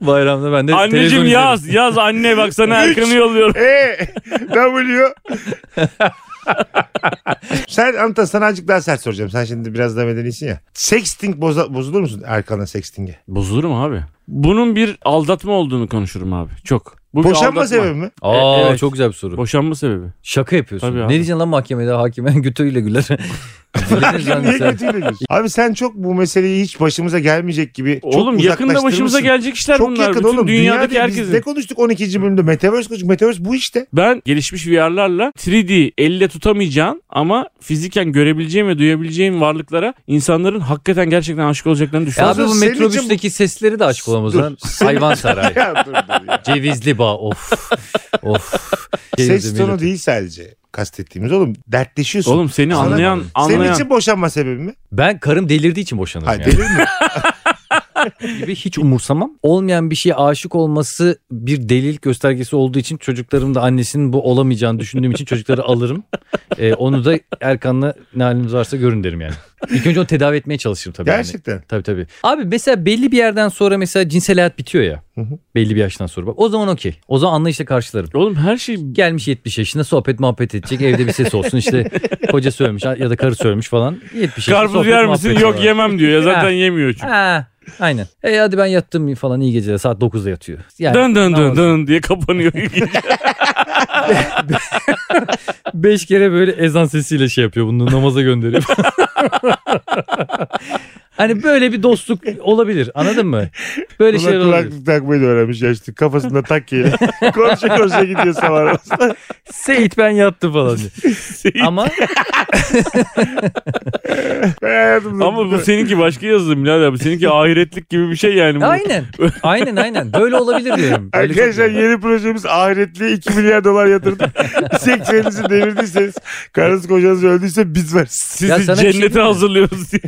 [SPEAKER 5] bayramda ben de
[SPEAKER 4] Anneciğim
[SPEAKER 5] televizyon
[SPEAKER 4] yaz yaz anne bak sana Erkan'ı yolluyorum.
[SPEAKER 3] E W. sen Anta sana azıcık daha sert soracağım. Sen şimdi biraz daha medenisin ya. Sexting boza- bozulur musun Erkan'la sexting'e?
[SPEAKER 4] Bozulur mu abi? Bunun bir aldatma olduğunu konuşurum abi. Çok. Bu bir
[SPEAKER 3] Boşanma
[SPEAKER 4] aldatma.
[SPEAKER 3] sebebi mi?
[SPEAKER 5] izlerim.
[SPEAKER 4] E,
[SPEAKER 5] Aa
[SPEAKER 4] evet.
[SPEAKER 5] çok güzel bir soru.
[SPEAKER 4] Boşanma sebebi.
[SPEAKER 5] Şaka yapıyorsun.
[SPEAKER 4] Tabii abi.
[SPEAKER 5] ne diyeceksin lan mahkemede hakime götüyle güler. Güleriniz lan
[SPEAKER 3] Niye
[SPEAKER 5] mesela.
[SPEAKER 3] kötüyle gülüyorsun? Abi sen çok bu meseleyi hiç başımıza gelmeyecek gibi
[SPEAKER 4] Oğlum
[SPEAKER 3] çok
[SPEAKER 4] yakında başımıza
[SPEAKER 3] uzaklaştırmışsın.
[SPEAKER 4] gelecek işler
[SPEAKER 3] Çok
[SPEAKER 4] bunlar.
[SPEAKER 3] yakın
[SPEAKER 4] Bütün
[SPEAKER 3] oğlum.
[SPEAKER 4] dünyadaki
[SPEAKER 3] Dünyada biz
[SPEAKER 4] herkesin.
[SPEAKER 3] ne konuştuk 12. bölümde? Metaverse konuştuk. Metaverse bu işte.
[SPEAKER 4] Ben gelişmiş VR'larla 3D elle tutamayacağın ama fiziken görebileceğim ve duyabileceğim varlıklara insanların hakikaten gerçekten aşık olacaklarını
[SPEAKER 5] E abi
[SPEAKER 4] düşünüyorum.
[SPEAKER 5] bu
[SPEAKER 3] Senin için
[SPEAKER 5] metrobüsteki sesleri de aşık olamaz
[SPEAKER 3] Dur.
[SPEAKER 5] lan. Hayvan sarayı.
[SPEAKER 3] Ya dur dur ya.
[SPEAKER 5] Cevizli bağ of. of.
[SPEAKER 3] Ses
[SPEAKER 5] Cevizli
[SPEAKER 3] tonu
[SPEAKER 5] millet.
[SPEAKER 3] değil sadece kastettiğimiz oğlum. Dertleşiyorsun.
[SPEAKER 4] Oğlum seni
[SPEAKER 3] Sana-
[SPEAKER 4] anlayan
[SPEAKER 3] Senin
[SPEAKER 4] anlayan
[SPEAKER 3] için boşanma sebebi mi?
[SPEAKER 5] Ben karım delirdiği için boşanırım
[SPEAKER 3] Hayır
[SPEAKER 5] yani.
[SPEAKER 3] deli mi?
[SPEAKER 5] gibi hiç umursamam. Olmayan bir şeye aşık olması bir delil göstergesi olduğu için çocuklarım da annesinin bu olamayacağını düşündüğüm için çocukları alırım. Ee, onu da Erkan'la ne haliniz varsa görün derim yani. İlk önce onu tedavi etmeye çalışırım tabii. yani.
[SPEAKER 3] Gerçekten.
[SPEAKER 5] Tabii tabii. Abi mesela belli bir yerden sonra mesela cinsel hayat bitiyor ya. Belli bir yaştan sonra. Bak, o zaman okey. O zaman anlayışla karşılarım.
[SPEAKER 4] Oğlum her şey
[SPEAKER 5] Gelmiş 70 yaşında sohbet muhabbet edecek. Evde bir ses olsun işte koca söylemiş ya da karı söylemiş falan. 70 yaşında
[SPEAKER 4] karpuz
[SPEAKER 5] sohbet
[SPEAKER 4] yer misin?
[SPEAKER 5] muhabbet
[SPEAKER 4] Yok
[SPEAKER 5] falan.
[SPEAKER 4] yemem diyor. Ya zaten
[SPEAKER 5] Ha.
[SPEAKER 4] yemiyor çünkü.
[SPEAKER 5] Ha, aynen. E hadi ben yattım falan iyi geceler saat 9'da yatıyor. Yani
[SPEAKER 4] Dın dın dın
[SPEAKER 5] tamam.
[SPEAKER 4] dın diye kapanıyor.
[SPEAKER 5] Beş kere böyle ezan sesiyle şey yapıyor bunu namaza gönderiyor. hani böyle bir dostluk olabilir anladın mı? Böyle
[SPEAKER 3] Buna
[SPEAKER 5] şeyler olabilir.
[SPEAKER 3] kulaklık takmayı da öğrenmiş yaşlı. Kafasında takkeyle. konuşa konuşa gidiyor sabah arabasına.
[SPEAKER 5] Seyit ben yattım falan diye. Ama
[SPEAKER 3] Ben hayatımda-
[SPEAKER 4] Ama bu seninki başka yazılım Bilal abi. Seninki ahiretlik gibi bir şey yani. Bu.
[SPEAKER 5] aynen aynen aynen böyle olabilir diyorum. Böyle çok-
[SPEAKER 3] Arkadaşlar yeni projemiz ahiretliğe 2 milyar dolar yatırdık. Sekçenizi devirdiyseniz, karınız kocanız öldüyse biz varız.
[SPEAKER 4] Sizi
[SPEAKER 5] Ya sana bir şey
[SPEAKER 4] cennete
[SPEAKER 5] diyeyim mi?
[SPEAKER 4] hazırlıyoruz diye.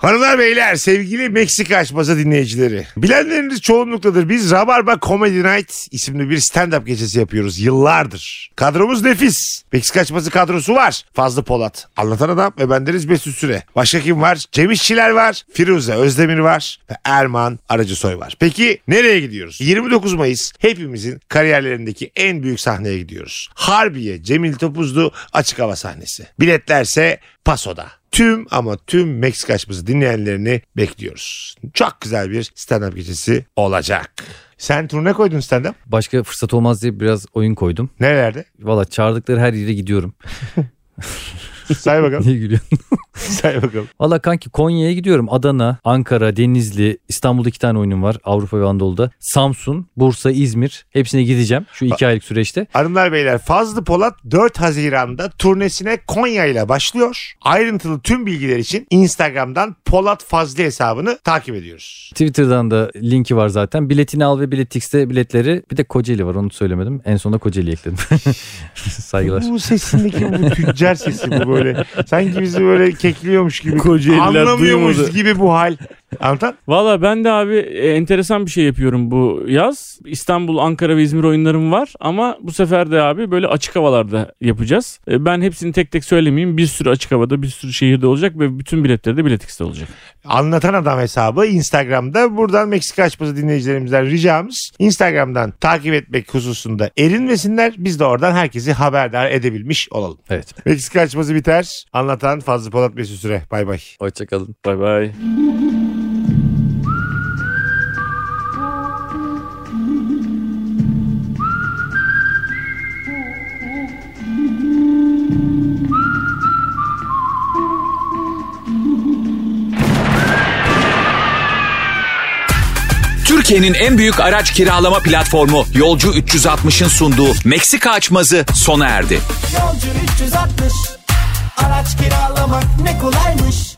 [SPEAKER 3] Hanımlar beyler sevgili Meksika açması dinleyicileri. Bilenleriniz çoğunluktadır. Biz Rabarba Comedy Night isimli bir stand-up gecesi yapıyoruz yıllardır. Kadromuz nefis. Meksika açması kadrosu var. Fazlı Polat, Anlatan Adam ve bendeniz Mesut Süre. Başka kim var? Cem İşçiler var. Firuze Özdemir var. Ve Erman Aracısoy var. Peki nereye gidiyoruz? 29 Mayıs hepimizin kariyerlerindeki en büyük sahneye gidiyoruz. Harbiye Cemil Topuzlu açık hava sahnesi. Biletlerse Paso'da. Tüm ama tüm Meksika açması dinleyenlerini bekliyoruz. Çok güzel bir stand-up gecesi olacak. Sen turne koydun stand-up.
[SPEAKER 5] Başka fırsat olmaz diye biraz oyun koydum.
[SPEAKER 3] Nerelerde?
[SPEAKER 5] Valla çağırdıkları her yere gidiyorum.
[SPEAKER 3] Say bakalım.
[SPEAKER 5] Niye gülüyorsun?
[SPEAKER 3] say bakalım.
[SPEAKER 5] Valla kanki Konya'ya gidiyorum. Adana, Ankara, Denizli, İstanbul'da iki tane oyunum var. Avrupa ve Anadolu'da. Samsun, Bursa, İzmir. Hepsine gideceğim şu iki aylık süreçte.
[SPEAKER 3] Hanımlar beyler Fazlı Polat 4 Haziran'da turnesine Konya ile başlıyor. Ayrıntılı tüm bilgiler için Instagram'dan Polat Fazlı hesabını takip ediyoruz.
[SPEAKER 5] Twitter'dan da linki var zaten. Biletini al ve Biletix'te biletleri. Bir de Kocaeli var onu söylemedim. En sonunda Kocaeli ekledim. Saygılar.
[SPEAKER 3] Bu sesindeki bu tüccar sesi bu böyle. Sanki bizi böyle kekliyormuş gibi. Anlamıyormuş
[SPEAKER 4] duymadı.
[SPEAKER 3] gibi bu hal. Anlatan?
[SPEAKER 4] Valla ben de abi e, enteresan bir şey yapıyorum bu yaz. İstanbul, Ankara ve İzmir oyunlarım var ama bu sefer de abi böyle açık havalarda yapacağız. E, ben hepsini tek tek söylemeyeyim. Bir sürü açık havada, bir sürü şehirde olacak ve bütün biletleri de biletikste olacak.
[SPEAKER 3] Anlatan Adam hesabı Instagram'da. Buradan Meksika açması dinleyicilerimizden ricamız Instagram'dan takip etmek hususunda erinmesinler. Biz de oradan herkesi haberdar edebilmiş olalım.
[SPEAKER 5] Evet.
[SPEAKER 3] Meksika açması biter. Anlatan Fazlı Polat Mesut Süre. Bay bay.
[SPEAKER 5] Hoşçakalın.
[SPEAKER 4] Bay bay.
[SPEAKER 1] Türkiye'nin en büyük araç kiralama platformu Yolcu 360'ın sunduğu Meksika açmazı sona erdi.
[SPEAKER 2] Yolcu 360 Araç kiralamak ne kolaymış